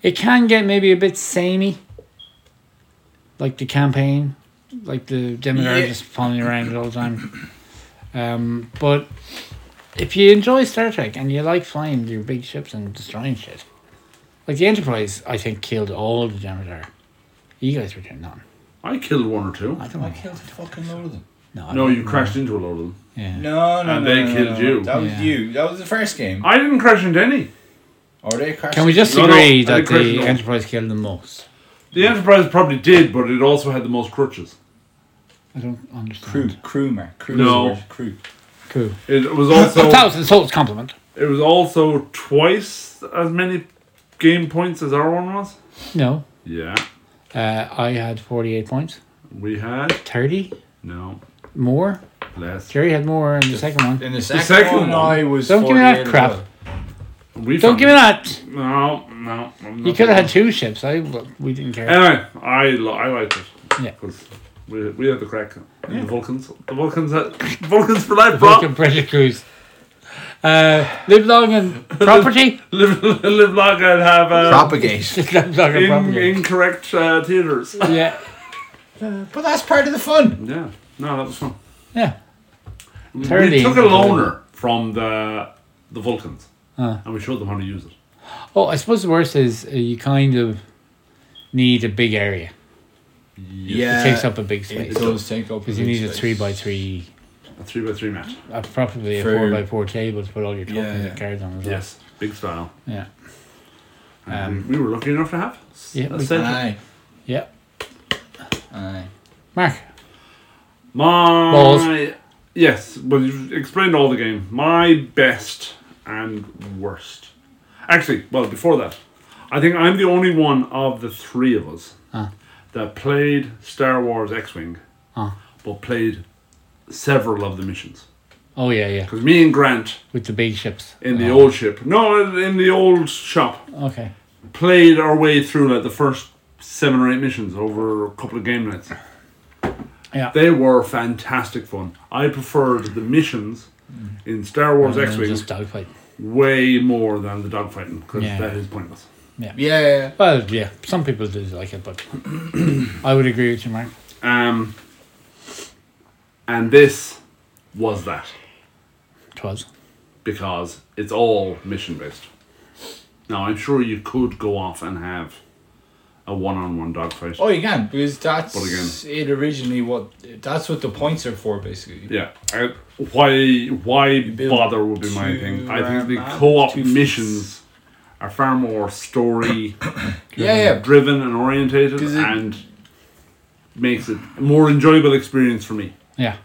Speaker 2: It can get maybe a bit samey, like the campaign, like the demagogue
Speaker 3: Yeah.
Speaker 2: just following you around all the time. Um, but if you enjoy Star Trek and you like flying your big ships and destroying shit, like the Enterprise, I think killed all the demagogue. You guys were doing nothing.
Speaker 1: I killed one or two.
Speaker 2: I don't know.
Speaker 3: killed a fucking load of them.
Speaker 2: No, I
Speaker 1: No,
Speaker 2: don't
Speaker 1: you
Speaker 2: know.
Speaker 1: crashed into a lot of them.
Speaker 2: Yeah.
Speaker 3: No, no,
Speaker 1: And
Speaker 3: no,
Speaker 1: they
Speaker 3: no, no,
Speaker 1: killed
Speaker 3: no.
Speaker 1: you.
Speaker 3: That was
Speaker 2: Yeah. Uh,
Speaker 3: you. That was the first game.
Speaker 1: I didn't crash into any.
Speaker 3: Or they crashed.
Speaker 2: Can we just
Speaker 1: No, no,
Speaker 2: agree
Speaker 1: I
Speaker 2: that
Speaker 1: think
Speaker 2: the
Speaker 1: Chris- no.
Speaker 2: Enterprise killed the most?
Speaker 1: The Enterprise probably did, but it also had the most crutches.
Speaker 2: I don't understand.
Speaker 3: crew? Crew, Mark. Crew.
Speaker 1: No.
Speaker 3: is the word. Crew.
Speaker 2: Cool.
Speaker 1: It was
Speaker 2: (laughs) a
Speaker 1: also
Speaker 2: thousand souls compliment.
Speaker 1: it was also twice as many game points as our one was.
Speaker 2: No.
Speaker 1: Yeah,
Speaker 2: Uh, I had 48 points.
Speaker 1: we had
Speaker 2: 30
Speaker 1: no
Speaker 2: more.
Speaker 1: less.
Speaker 2: Jerry had more in the second one.
Speaker 3: In the second,
Speaker 1: second
Speaker 3: one,
Speaker 1: one.
Speaker 3: I was.
Speaker 2: Don't give me that
Speaker 3: 48 as
Speaker 2: crap.
Speaker 3: well.
Speaker 1: We
Speaker 2: Don't
Speaker 1: found-
Speaker 2: give me that.
Speaker 1: No, no. I'm
Speaker 2: You
Speaker 1: not
Speaker 2: could have had
Speaker 1: doing
Speaker 2: two ships. I we didn't
Speaker 1: it.
Speaker 2: care.
Speaker 1: Anyway, I li- I liked it.
Speaker 2: Yeah.
Speaker 1: 'Cause we we had the crack. And The Vulcans, the Vulcans, had, (laughs) Vulcans for life, bro.
Speaker 2: Fucking pressure cruise. Uh, live long and property.
Speaker 1: live, live long and have uh,
Speaker 3: Propagate.
Speaker 2: Just live long and
Speaker 1: in,
Speaker 2: property.
Speaker 1: incorrect uh,
Speaker 2: (laughs)
Speaker 1: theaters.
Speaker 2: Yeah,
Speaker 3: but that's part of the fun.
Speaker 1: Yeah, no, that was fun.
Speaker 2: yeah.
Speaker 1: we
Speaker 2: Thirty.
Speaker 1: took a loaner from the the Vulcans,
Speaker 2: Huh.
Speaker 1: and we showed them how to use it.
Speaker 2: Oh, I suppose the worst is uh, you kind of need a big area.
Speaker 3: Yeah.
Speaker 2: It takes up a big
Speaker 3: It
Speaker 2: space
Speaker 3: does take up.
Speaker 2: because you need a three by three,
Speaker 1: A three by three mat.
Speaker 2: uh, probably a
Speaker 3: For-
Speaker 2: four by four table to put all your tokens
Speaker 3: Yeah, yeah.
Speaker 2: and cards on as well.
Speaker 1: Yes, big style.
Speaker 2: Yeah.
Speaker 1: And we we were lucky enough to have. s-
Speaker 2: Um, Yeah,
Speaker 1: a
Speaker 2: we-
Speaker 1: set.
Speaker 3: Aye.
Speaker 2: Yeah.
Speaker 3: Aye.
Speaker 2: Mark.
Speaker 1: My
Speaker 2: Balls.
Speaker 1: yes, well you've explained all the game. My best and worst. Actually, well before that, I think I'm the only one of the three of us
Speaker 2: Huh.
Speaker 1: that played Star Wars X-wing,
Speaker 2: Huh.
Speaker 1: but played several of the missions.
Speaker 2: Oh yeah, yeah.
Speaker 1: Because me and Grant
Speaker 2: With the big ships.
Speaker 1: in the old ship, no, in the old shop,
Speaker 2: Okay.
Speaker 1: played our way through like the first seven or eight missions over a couple of game nights.
Speaker 2: Yeah.
Speaker 1: They were fantastic fun. I preferred the missions in Star Wars X Wing
Speaker 2: Mm. Just dogfight.
Speaker 1: way more than the dogfighting because
Speaker 2: Yeah.
Speaker 1: that is pointless.
Speaker 3: Yeah.
Speaker 2: Well, yeah, some people do like it, but I would agree with you, Mark.
Speaker 1: Um, and this was that
Speaker 2: Twas.
Speaker 1: because it's all mission based. Now I'm sure you could go off and have a one-on-one dogfight.
Speaker 3: Oh, you can because that's
Speaker 1: But again-
Speaker 3: it. Originally, what that's what the points are for, basically.
Speaker 1: Yeah. I, why why
Speaker 3: build
Speaker 1: bother would be my
Speaker 3: two
Speaker 1: thing. I think the
Speaker 3: ramp-
Speaker 1: co-op
Speaker 3: two
Speaker 1: missions are far more story
Speaker 3: (coughs) Yeah, yeah.
Speaker 1: driven and orientated
Speaker 3: 'Cause it-
Speaker 1: and makes it a more enjoyable experience for me.
Speaker 2: Yeah.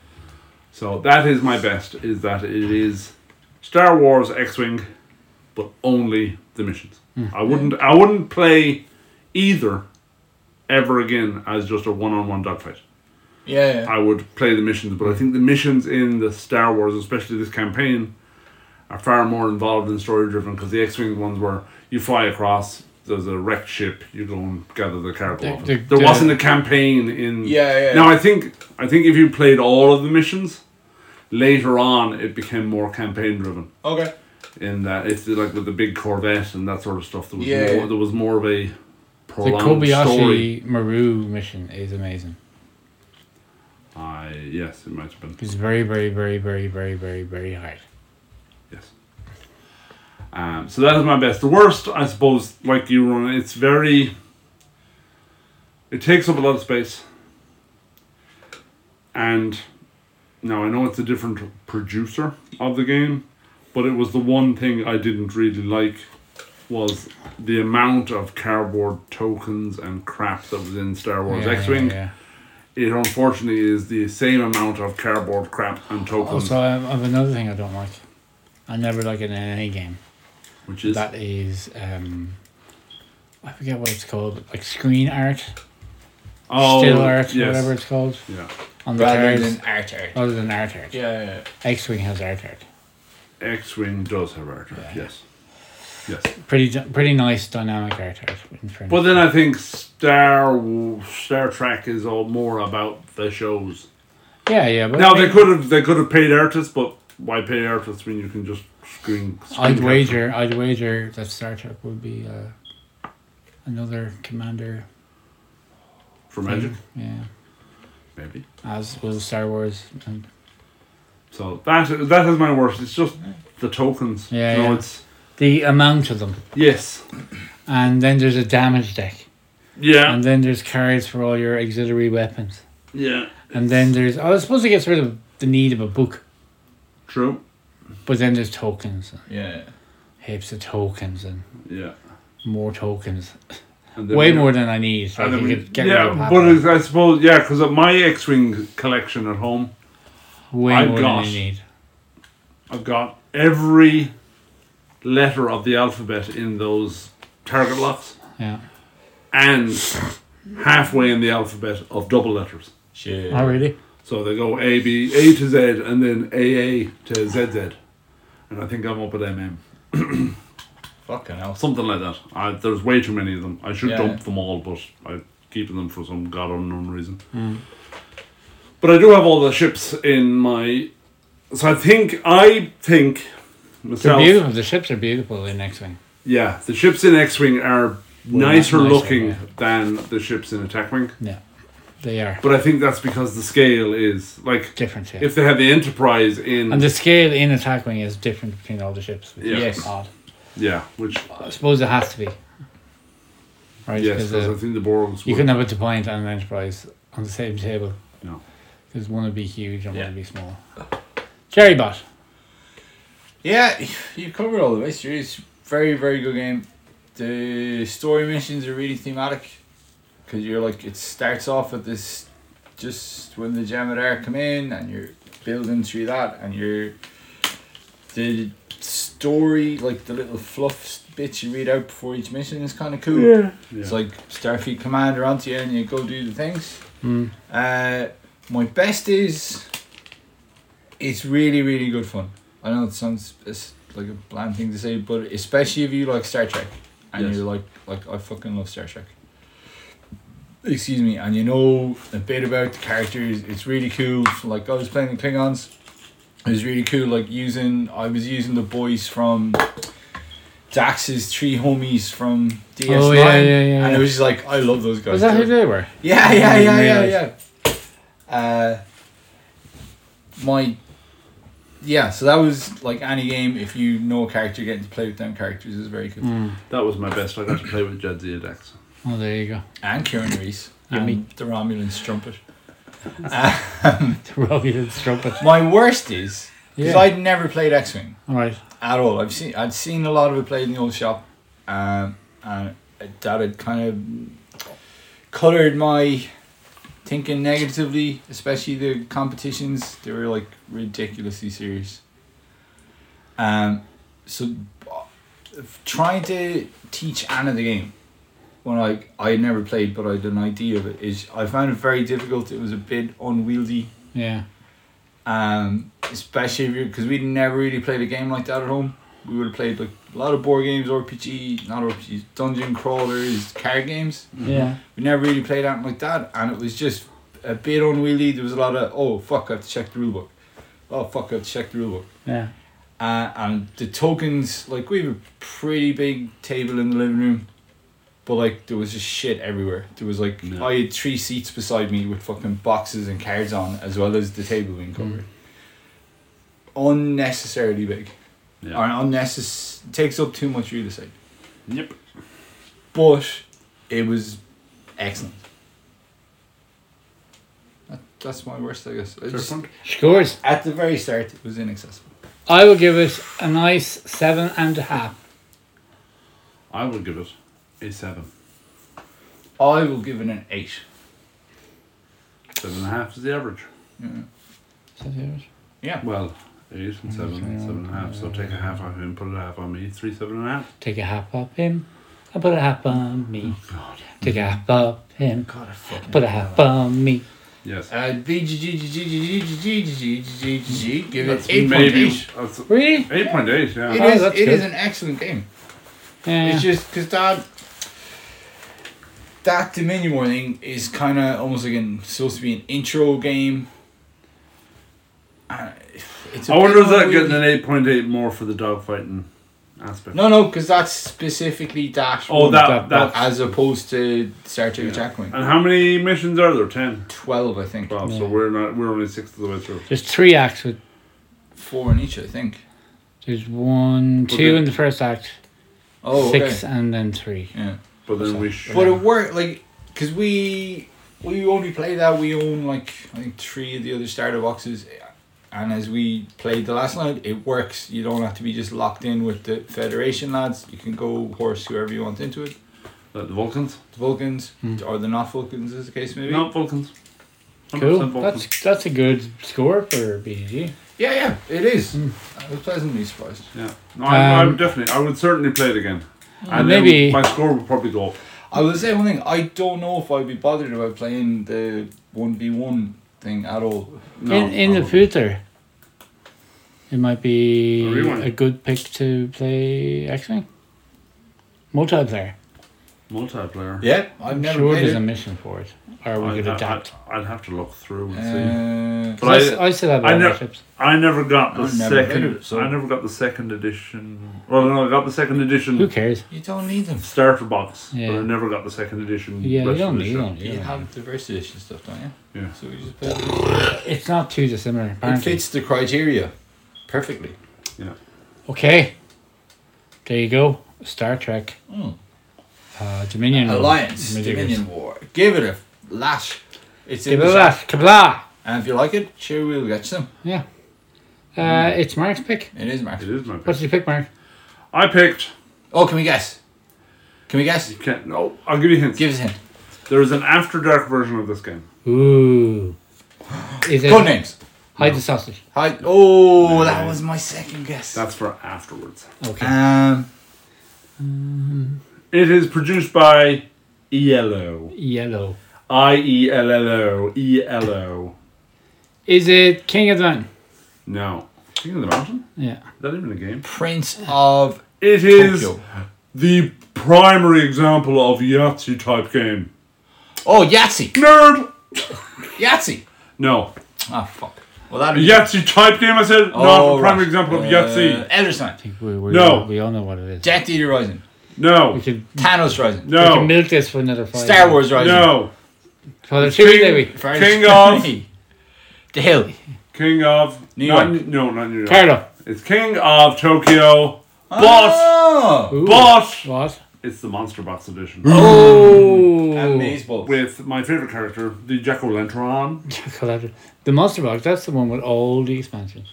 Speaker 1: So that is my best is that it is Star Wars X-Wing but only the missions. I wouldn't I wouldn't play either ever again as just a one-on-one dogfight.
Speaker 3: Yeah, yeah.
Speaker 1: I would play the missions, but I think the missions in the Star Wars, especially this campaign, are far more involved and story driven because the X Wing ones were you fly across, there's a wrecked ship, you go and gather the cargo.
Speaker 2: The-
Speaker 1: off it.
Speaker 2: the-
Speaker 1: there
Speaker 2: the-
Speaker 1: wasn't a campaign in.
Speaker 3: Yeah, yeah,
Speaker 1: Now
Speaker 3: yeah.
Speaker 1: I think I think if you played all of the missions, later on it became more campaign driven.
Speaker 3: Okay.
Speaker 1: In that it's like with the big Corvette and that sort of stuff, there was
Speaker 3: Yeah, yeah.
Speaker 1: more, there was more of a
Speaker 2: The
Speaker 1: prolonged story.
Speaker 2: Kobayashi Maru mission is amazing.
Speaker 1: I yes, it might have been.
Speaker 2: It's very, very, very, very, very, very, very hard.
Speaker 1: Yes. Um, so that is my best. The worst, I suppose, like you, Ronan, it's very. It takes up a lot of space. And now I know it's a different producer of the game, but it was the one thing I didn't really like was the amount of cardboard tokens and crap that was in Star Wars
Speaker 2: Yeah,
Speaker 1: X-Wing.
Speaker 2: yeah, yeah.
Speaker 1: It unfortunately is the same amount of cardboard crap and tokens,
Speaker 2: Also, I have I have another thing I don't like. I never like it in any game.
Speaker 1: which is
Speaker 2: That is, um, I forget what it's called, like screen art, still art,
Speaker 1: Oh, yes,
Speaker 2: whatever it's called,
Speaker 1: Yeah.
Speaker 2: on the
Speaker 3: Rather
Speaker 2: cards.
Speaker 3: than art art.
Speaker 2: Other than art art.
Speaker 3: Yeah, yeah.
Speaker 2: X Wing has art art.
Speaker 1: X Wing does have art, yes. Yes.
Speaker 2: Pretty, d- pretty nice dynamic art art. In fairness.
Speaker 1: But then I think Star Star Trek is all more about the shows.
Speaker 2: yeah, yeah. But
Speaker 1: Now
Speaker 2: I
Speaker 1: they
Speaker 2: mean,
Speaker 1: could have they could have paid artists, but why pay artists when you can just screen? screen
Speaker 2: I'd
Speaker 1: capture?
Speaker 2: wager, I'd wager that Star Trek would be uh, another commander.
Speaker 1: for
Speaker 2: thing.
Speaker 1: magic,
Speaker 2: Yeah.
Speaker 1: maybe.
Speaker 2: As will Star Wars. And
Speaker 1: So that that is my worst. It's just the tokens.
Speaker 2: Yeah,
Speaker 1: You know,
Speaker 2: yeah.
Speaker 1: it's
Speaker 2: the amount of them.
Speaker 1: yes.
Speaker 2: And then there's a damage deck.
Speaker 1: Yeah.
Speaker 2: And then there's cards for all your auxiliary weapons.
Speaker 1: yeah.
Speaker 2: And then there's, oh, I suppose it gets rid of the need of a book.
Speaker 1: True.
Speaker 2: But then there's tokens,
Speaker 3: Yeah.
Speaker 2: heaps of tokens, and
Speaker 1: Yeah.
Speaker 2: more tokens.
Speaker 1: And then
Speaker 2: Way
Speaker 1: we-
Speaker 2: more than I need.
Speaker 1: And
Speaker 2: Like,
Speaker 1: then
Speaker 2: you
Speaker 1: we-
Speaker 2: could get rid of
Speaker 1: yeah,
Speaker 2: half
Speaker 1: but
Speaker 2: of
Speaker 1: it's- I suppose yeah, because of my X Wing collection at home,
Speaker 2: Way
Speaker 1: I've
Speaker 2: more than I
Speaker 1: got-
Speaker 2: need.
Speaker 1: I've got every letter of the alphabet in those target locks
Speaker 2: Yeah.
Speaker 1: and halfway in the alphabet of double letters.
Speaker 3: Shit.
Speaker 2: Oh, really?
Speaker 1: So they go A, B, A to Z, and then AA to ZZ. And I think I'm up at MM.
Speaker 3: Fucking hell.
Speaker 1: Something like that. I, there's way too many of them. I should
Speaker 3: Yeah.
Speaker 1: dump them all, but I'm keeping them for some god unknown reason. But I do have all the ships in my. So I think, I think
Speaker 2: They're
Speaker 1: myself.
Speaker 2: beautiful. The ships are beautiful in X Wing.
Speaker 1: Yeah, the ships in X Wing are nicer
Speaker 2: nicer,
Speaker 1: looking
Speaker 2: yeah.
Speaker 1: than the ships in Attack Wing.
Speaker 2: Yeah. They are.
Speaker 1: But I think that's because the scale is like
Speaker 2: Different, yeah.
Speaker 1: if they had the Enterprise in
Speaker 2: and the scale in Attack Wing is different between all the ships. which is
Speaker 1: Yeah.
Speaker 3: Yes.
Speaker 2: odd.
Speaker 1: yeah, which
Speaker 2: I suppose it has to be. Right?
Speaker 1: yes,
Speaker 2: 'cause,
Speaker 1: 'cause
Speaker 2: uh,
Speaker 1: I think the Borgs
Speaker 2: you
Speaker 1: would-
Speaker 2: couldn't have a Defiant and an Enterprise on the same table.
Speaker 1: No.
Speaker 2: Because one would be huge and
Speaker 3: Yeah.
Speaker 2: one would be small. Cherry Bot.
Speaker 3: Yeah, you covered all the bases. It's very, very good game. The story missions are really thematic because you're like it starts off with this just when the Jemadar come in and you're building through that and you're the story like the little fluff bits you read out before each mission is kind of cool.
Speaker 1: yeah.
Speaker 3: It's like Starfleet Commander onto you and you go do the things.
Speaker 2: Mm.
Speaker 3: Uh, my best is it's really really good fun. I know it sounds it's like a bland thing to say, but especially if you like Star Trek, and
Speaker 5: Yes.
Speaker 3: you're like, like I fucking love Star Trek. Excuse me, and you know a bit about the characters. It's really cool. Like I was playing the Klingons, it was really cool. Like using, I was using the boys from Dax's three homies from DS9,
Speaker 2: Oh, yeah, yeah, yeah,
Speaker 3: and
Speaker 2: yeah.
Speaker 3: it was just like I love those guys.
Speaker 2: Was that who
Speaker 3: They're-
Speaker 2: they were?
Speaker 3: yeah, yeah,
Speaker 2: didn't
Speaker 3: yeah, yeah,
Speaker 2: realise.
Speaker 3: yeah. Uh, my, yeah. So that was like any game. If you know a character, getting to play with them characters is very cool.
Speaker 2: Hmm.
Speaker 1: That was my best. I got to play with Jadzia Dax.
Speaker 2: Oh, there you go. (laughs)
Speaker 3: And Kieran Reese
Speaker 2: You
Speaker 3: and
Speaker 2: mean-
Speaker 3: the Romulans trumpet.
Speaker 2: The
Speaker 1: (laughs)
Speaker 2: Romulans trumpet.
Speaker 3: My worst is because
Speaker 2: Yeah.
Speaker 3: I'd never played X Wing
Speaker 2: All right.
Speaker 3: at all. I've seen I'd seen a lot of it played in the old shop, um, and that had kind of colored my thinking negatively, especially the competitions. They were like ridiculously serious. Um, so uh, trying to teach Anna the game when I I had never played, but I had an idea of it. Is I found it very difficult. It was a bit unwieldy
Speaker 2: Yeah.
Speaker 3: um, especially if you because we never really played a game like that at home. We would have played like a lot of board games, RPG, not RPGs, dungeon crawlers, card games.
Speaker 2: Yeah.
Speaker 3: We never really played anything like that, and it was just a bit unwieldy. There was a lot of oh fuck, I have to check the rulebook. Oh fuck, I have to check the rulebook.
Speaker 2: Yeah.
Speaker 3: Uh, and the tokens, like we have a pretty big table in the living room, but like there was just shit everywhere. There was like
Speaker 1: Yeah.
Speaker 3: I had three seats beside me with fucking boxes and cards on, as well as the table being
Speaker 1: Hmm.
Speaker 3: covered. Unnecessarily big,
Speaker 1: Yeah.
Speaker 3: or unnecessary takes up too much real estate.
Speaker 1: Yep.
Speaker 3: But it was excellent. That, that's my worst, I guess. I just,
Speaker 1: Serpent.
Speaker 2: Scores.
Speaker 3: at the very start, it was inaccessible.
Speaker 2: I will give it a nice seven and a half.
Speaker 1: I will give it a seven.
Speaker 3: I will give it an eight.
Speaker 1: Seven and a half is the average.
Speaker 3: Yeah.
Speaker 1: Well, eight and seven, seven and a half. So take a half off him, put a half on me. Three, seven and a half.
Speaker 2: Take a half off him. I put a half on me.
Speaker 1: God.
Speaker 2: Take a half off him.
Speaker 3: God, I fucking
Speaker 2: Put a half on me.
Speaker 1: Yes.
Speaker 3: Uh, BGG, give it
Speaker 1: That's
Speaker 3: 8.8.
Speaker 1: That's
Speaker 2: Really?
Speaker 1: eight point eight.
Speaker 3: It
Speaker 1: Yeah.
Speaker 2: Oh,
Speaker 3: is,
Speaker 2: that's
Speaker 3: it
Speaker 2: good.
Speaker 3: is an excellent game.
Speaker 2: Yeah.
Speaker 3: It's just because that that Dominion War thing is kind of almost like an, supposed to be an intro game. Uh, it's a
Speaker 1: I wonder
Speaker 3: bit
Speaker 1: if that
Speaker 3: unwieldy.
Speaker 1: getting an eight point eight more for the dogfighting aspect.
Speaker 3: No, no, because that's specifically Dash.
Speaker 1: Oh,
Speaker 3: one,
Speaker 1: that- that-
Speaker 3: as opposed to Star Trek
Speaker 1: Yeah.
Speaker 3: Attack Wing.
Speaker 1: And how many missions are there? Ten.
Speaker 3: Twelve, I think.
Speaker 1: Well,
Speaker 2: Yeah.
Speaker 1: so we're not. We're only six of the way through.
Speaker 2: There's three acts with.
Speaker 3: Four in each, I think.
Speaker 2: There's one,
Speaker 1: But
Speaker 2: two
Speaker 1: the-
Speaker 2: in the first act,
Speaker 3: Oh, okay.
Speaker 2: six, and then three.
Speaker 3: Yeah.
Speaker 1: But then we. Sh-
Speaker 3: But it worked, like, because we we only play that. We own like I think three of the other starter boxes, and as we played the last night, it works. You don't have to be just locked in with the Federation lads. You can go horse whoever you want into it.
Speaker 1: the Vulcans.
Speaker 3: The Vulcans
Speaker 2: Hmm.
Speaker 3: or the not Vulcans, as the case may be.
Speaker 1: No Vulcans. 100%
Speaker 2: Cool.
Speaker 1: Vulcans.
Speaker 2: That's that's a good score for BGG.
Speaker 3: Yeah, yeah, it is.
Speaker 2: Hmm.
Speaker 3: I was pleasantly surprised.
Speaker 1: Yeah. No, I, I
Speaker 2: Um,
Speaker 1: would definitely. I would certainly play it again.
Speaker 2: And
Speaker 1: And then
Speaker 2: maybe-
Speaker 1: my score would probably go up.
Speaker 3: I will say one thing. I don't know if I'd be bothered about playing the one v one thing at all.
Speaker 1: No,
Speaker 2: in in
Speaker 1: I
Speaker 2: the
Speaker 1: wouldn't.
Speaker 2: future, it might be
Speaker 1: A rewind.
Speaker 2: a good pick to play X Wing. Multiplayer.
Speaker 1: multiplayer.
Speaker 3: Yeah, I've
Speaker 2: I'm
Speaker 3: never
Speaker 2: sure
Speaker 3: played
Speaker 2: there's a
Speaker 3: it.
Speaker 2: mission for it. Or we
Speaker 1: I'd,
Speaker 2: could
Speaker 1: ha-
Speaker 2: adapt.
Speaker 1: I'd, I'd have to look through and see.
Speaker 3: Uh,
Speaker 1: But I-
Speaker 2: I, I, still have
Speaker 1: I
Speaker 2: all
Speaker 1: ne-
Speaker 2: my ships.
Speaker 1: I never got the
Speaker 3: I've never heard
Speaker 1: second.
Speaker 3: of it, so-
Speaker 1: I never got the second edition. Well, no, I got the second
Speaker 2: Who
Speaker 1: edition
Speaker 2: cares?
Speaker 3: you don't need them.
Speaker 1: starter box,
Speaker 2: Yeah.
Speaker 1: but I never got the second edition.
Speaker 2: Yeah, you
Speaker 1: rest
Speaker 2: don't need
Speaker 1: edition.
Speaker 2: them.
Speaker 3: You
Speaker 2: you don't need
Speaker 3: have the first edition stuff, don't you?
Speaker 1: Yeah.
Speaker 3: So we just put it.
Speaker 2: them. It's not too dissimilar. Apparently.
Speaker 3: fits the criteria perfectly.
Speaker 2: Okay. There you go. Star Trek.
Speaker 3: Mm.
Speaker 2: Uh, Dominion.
Speaker 3: Alliance
Speaker 2: Medievals.
Speaker 3: Dominion War. Give it a lash. It's in
Speaker 2: Give
Speaker 3: the
Speaker 2: it a
Speaker 3: shop.
Speaker 2: laugh. Kabla.
Speaker 3: And if you like it, sure we'll get some.
Speaker 2: Yeah.
Speaker 3: Hmm.
Speaker 2: Uh, It's Mark's pick.
Speaker 3: It is Mark.
Speaker 1: It is my
Speaker 2: What's
Speaker 1: pick.
Speaker 2: your pick, Mark?
Speaker 1: I picked.
Speaker 3: Oh, can we guess? Can we guess?
Speaker 1: You can't. No, I'll give you hints.
Speaker 3: Give us a hint.
Speaker 1: There is an after dark version of this game.
Speaker 2: Ooh. Is it
Speaker 3: Code names.
Speaker 2: Hide the sausage?
Speaker 3: Hi. Oh, that was my second guess.
Speaker 1: That's for afterwards.
Speaker 2: Okay.
Speaker 3: Um.
Speaker 1: It is produced by ELO.
Speaker 2: Yellow.
Speaker 1: I E L L O. E L O.
Speaker 2: Is it King of the Mountain?
Speaker 1: No. King of the Mountain?
Speaker 2: Yeah.
Speaker 1: Is that even a game?
Speaker 3: Prince of
Speaker 1: It is
Speaker 3: Tokyo.
Speaker 1: the primary example of Yahtzee type game.
Speaker 3: Oh, Yahtzee.
Speaker 1: Nerd!
Speaker 3: Yahtzee.
Speaker 1: No.
Speaker 3: Ah, fuck. Well,
Speaker 1: A
Speaker 3: that'd be.
Speaker 1: Yahtzee type game, I said, not
Speaker 3: Oh,
Speaker 1: a primary
Speaker 3: right.
Speaker 1: example of
Speaker 3: Uh,
Speaker 1: Yahtzee.
Speaker 3: Elder Sign.
Speaker 2: We, we,
Speaker 1: No.
Speaker 2: We all know what it is.
Speaker 3: Jack the Eater Rising.
Speaker 1: No.
Speaker 2: We can,
Speaker 3: Thanos Rising.
Speaker 2: we can
Speaker 1: No.
Speaker 2: milk this for another five.
Speaker 3: Star Wars Rising.
Speaker 1: No.
Speaker 2: Father Chewy Levy.
Speaker 3: Friday
Speaker 1: King
Speaker 3: the
Speaker 1: of-
Speaker 3: (laughs) 13th. The Hill.
Speaker 1: King of.
Speaker 3: New
Speaker 1: not-
Speaker 3: York.
Speaker 1: No, not New York.
Speaker 2: Carlo.
Speaker 1: It's King of Tokyo.
Speaker 3: Ah.
Speaker 1: But.
Speaker 3: Oh!
Speaker 2: Ooh.
Speaker 1: But.
Speaker 2: What?
Speaker 1: It's the Monster Box edition.
Speaker 2: Oh.
Speaker 3: Amazeballs.
Speaker 1: With my favorite character, the Jack O'Lantern.
Speaker 2: (laughs) Collaborative. The Monster Box, that's the one with all the expansions.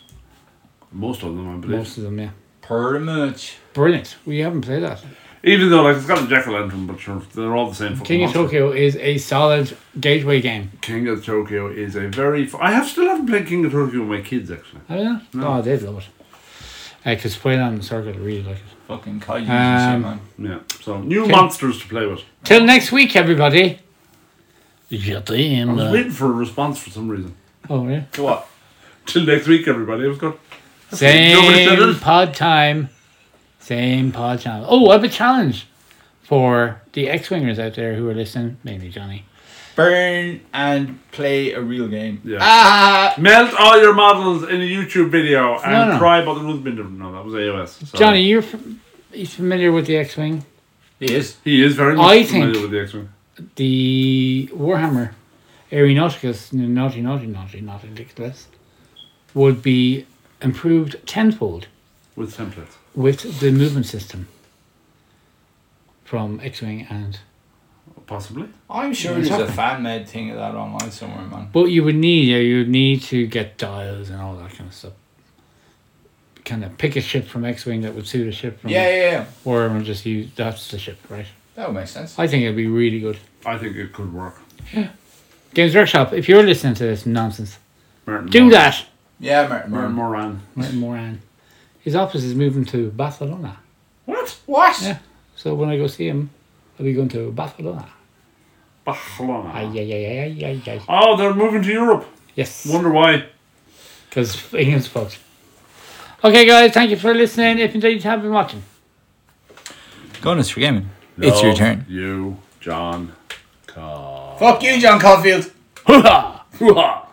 Speaker 1: Most of them, I believe.
Speaker 2: Most of them, yeah.
Speaker 3: Pretty much.
Speaker 2: Brilliant. We haven't played that.
Speaker 1: Even though, like, it's got a Jack O'Lantern, but sure, they're all the same. fucking
Speaker 2: King of
Speaker 1: monster.
Speaker 2: Tokyo is a solid gateway game.
Speaker 1: King of Tokyo is a very. F- I have still haven't played King of Tokyo with my kids actually.
Speaker 2: I don't know. Oh, they'd love it. I could play it on the circuit. I really like it.
Speaker 3: Fucking kaiju
Speaker 2: Um,
Speaker 3: and shit, man.
Speaker 1: Yeah. So new
Speaker 2: Okay.
Speaker 1: monsters to play with.
Speaker 2: Till next week, everybody. Get in.
Speaker 1: I was
Speaker 2: uh,
Speaker 1: waiting for a response for some reason.
Speaker 2: Oh, yeah.
Speaker 3: So what?
Speaker 1: Till next week, everybody. It was good. Nobody said
Speaker 2: Same
Speaker 1: it.
Speaker 2: pod time. Same pod channel. Oh, I have a challenge for the X Wingers out there who are listening, mainly Johnny.
Speaker 3: Burn and play a real game.
Speaker 1: Yeah.
Speaker 2: Uh,
Speaker 3: Ah!
Speaker 1: Melt all your models in a YouTube video and
Speaker 2: No, no.
Speaker 1: cry about the rules being different. No, that was AOS. Sorry.
Speaker 2: Johnny, you're f- you familiar with the X Wing?
Speaker 3: He is.
Speaker 1: He is very much
Speaker 2: I
Speaker 1: familiar
Speaker 2: think-
Speaker 1: with the X-Men.
Speaker 2: The Warhammer Aeronauticus, n- naughty, naughty, naughty, naughty, ridiculous, would be improved tenfold
Speaker 1: With templates.
Speaker 2: with the movement system from X Wing and.
Speaker 1: Possibly.
Speaker 3: I'm sure there's a fan made thing of that online somewhere, man.
Speaker 2: But you would need, yeah, you would need to get dials and all that kind of stuff. Kind of pick a ship from X Wing that would suit a ship from
Speaker 3: Yeah, yeah, yeah.
Speaker 2: Warhammer and just use that's the ship, right?
Speaker 3: That would make sense.
Speaker 2: I think it'd be really good.
Speaker 1: I think it could work.
Speaker 2: Games Workshop, if you're listening to this nonsense,
Speaker 1: Martin
Speaker 2: do
Speaker 1: Moran.
Speaker 2: that!
Speaker 3: Yeah, Martin.
Speaker 1: Martin
Speaker 3: Moran.
Speaker 1: Moran.
Speaker 2: Martin Moran. His office is moving to Barcelona.
Speaker 1: What?
Speaker 3: What?
Speaker 2: Yeah. So when I go see him, I'll be going to Barcelona.
Speaker 1: Barcelona.
Speaker 2: Ay, ay, ay, ay, ay, ay.
Speaker 1: Oh, they're moving to Europe.
Speaker 2: Yes.
Speaker 1: Wonder why.
Speaker 2: Because (laughs) England's fucked. Okay, guys, thank you for listening. If indeed you have been watching.
Speaker 3: Bonus for gaming. It's your
Speaker 1: Love
Speaker 3: turn.
Speaker 1: You, John. Carr. (laughs)
Speaker 2: (laughs)
Speaker 3: Fuck you, John Caulfield.
Speaker 1: Hoo-ha!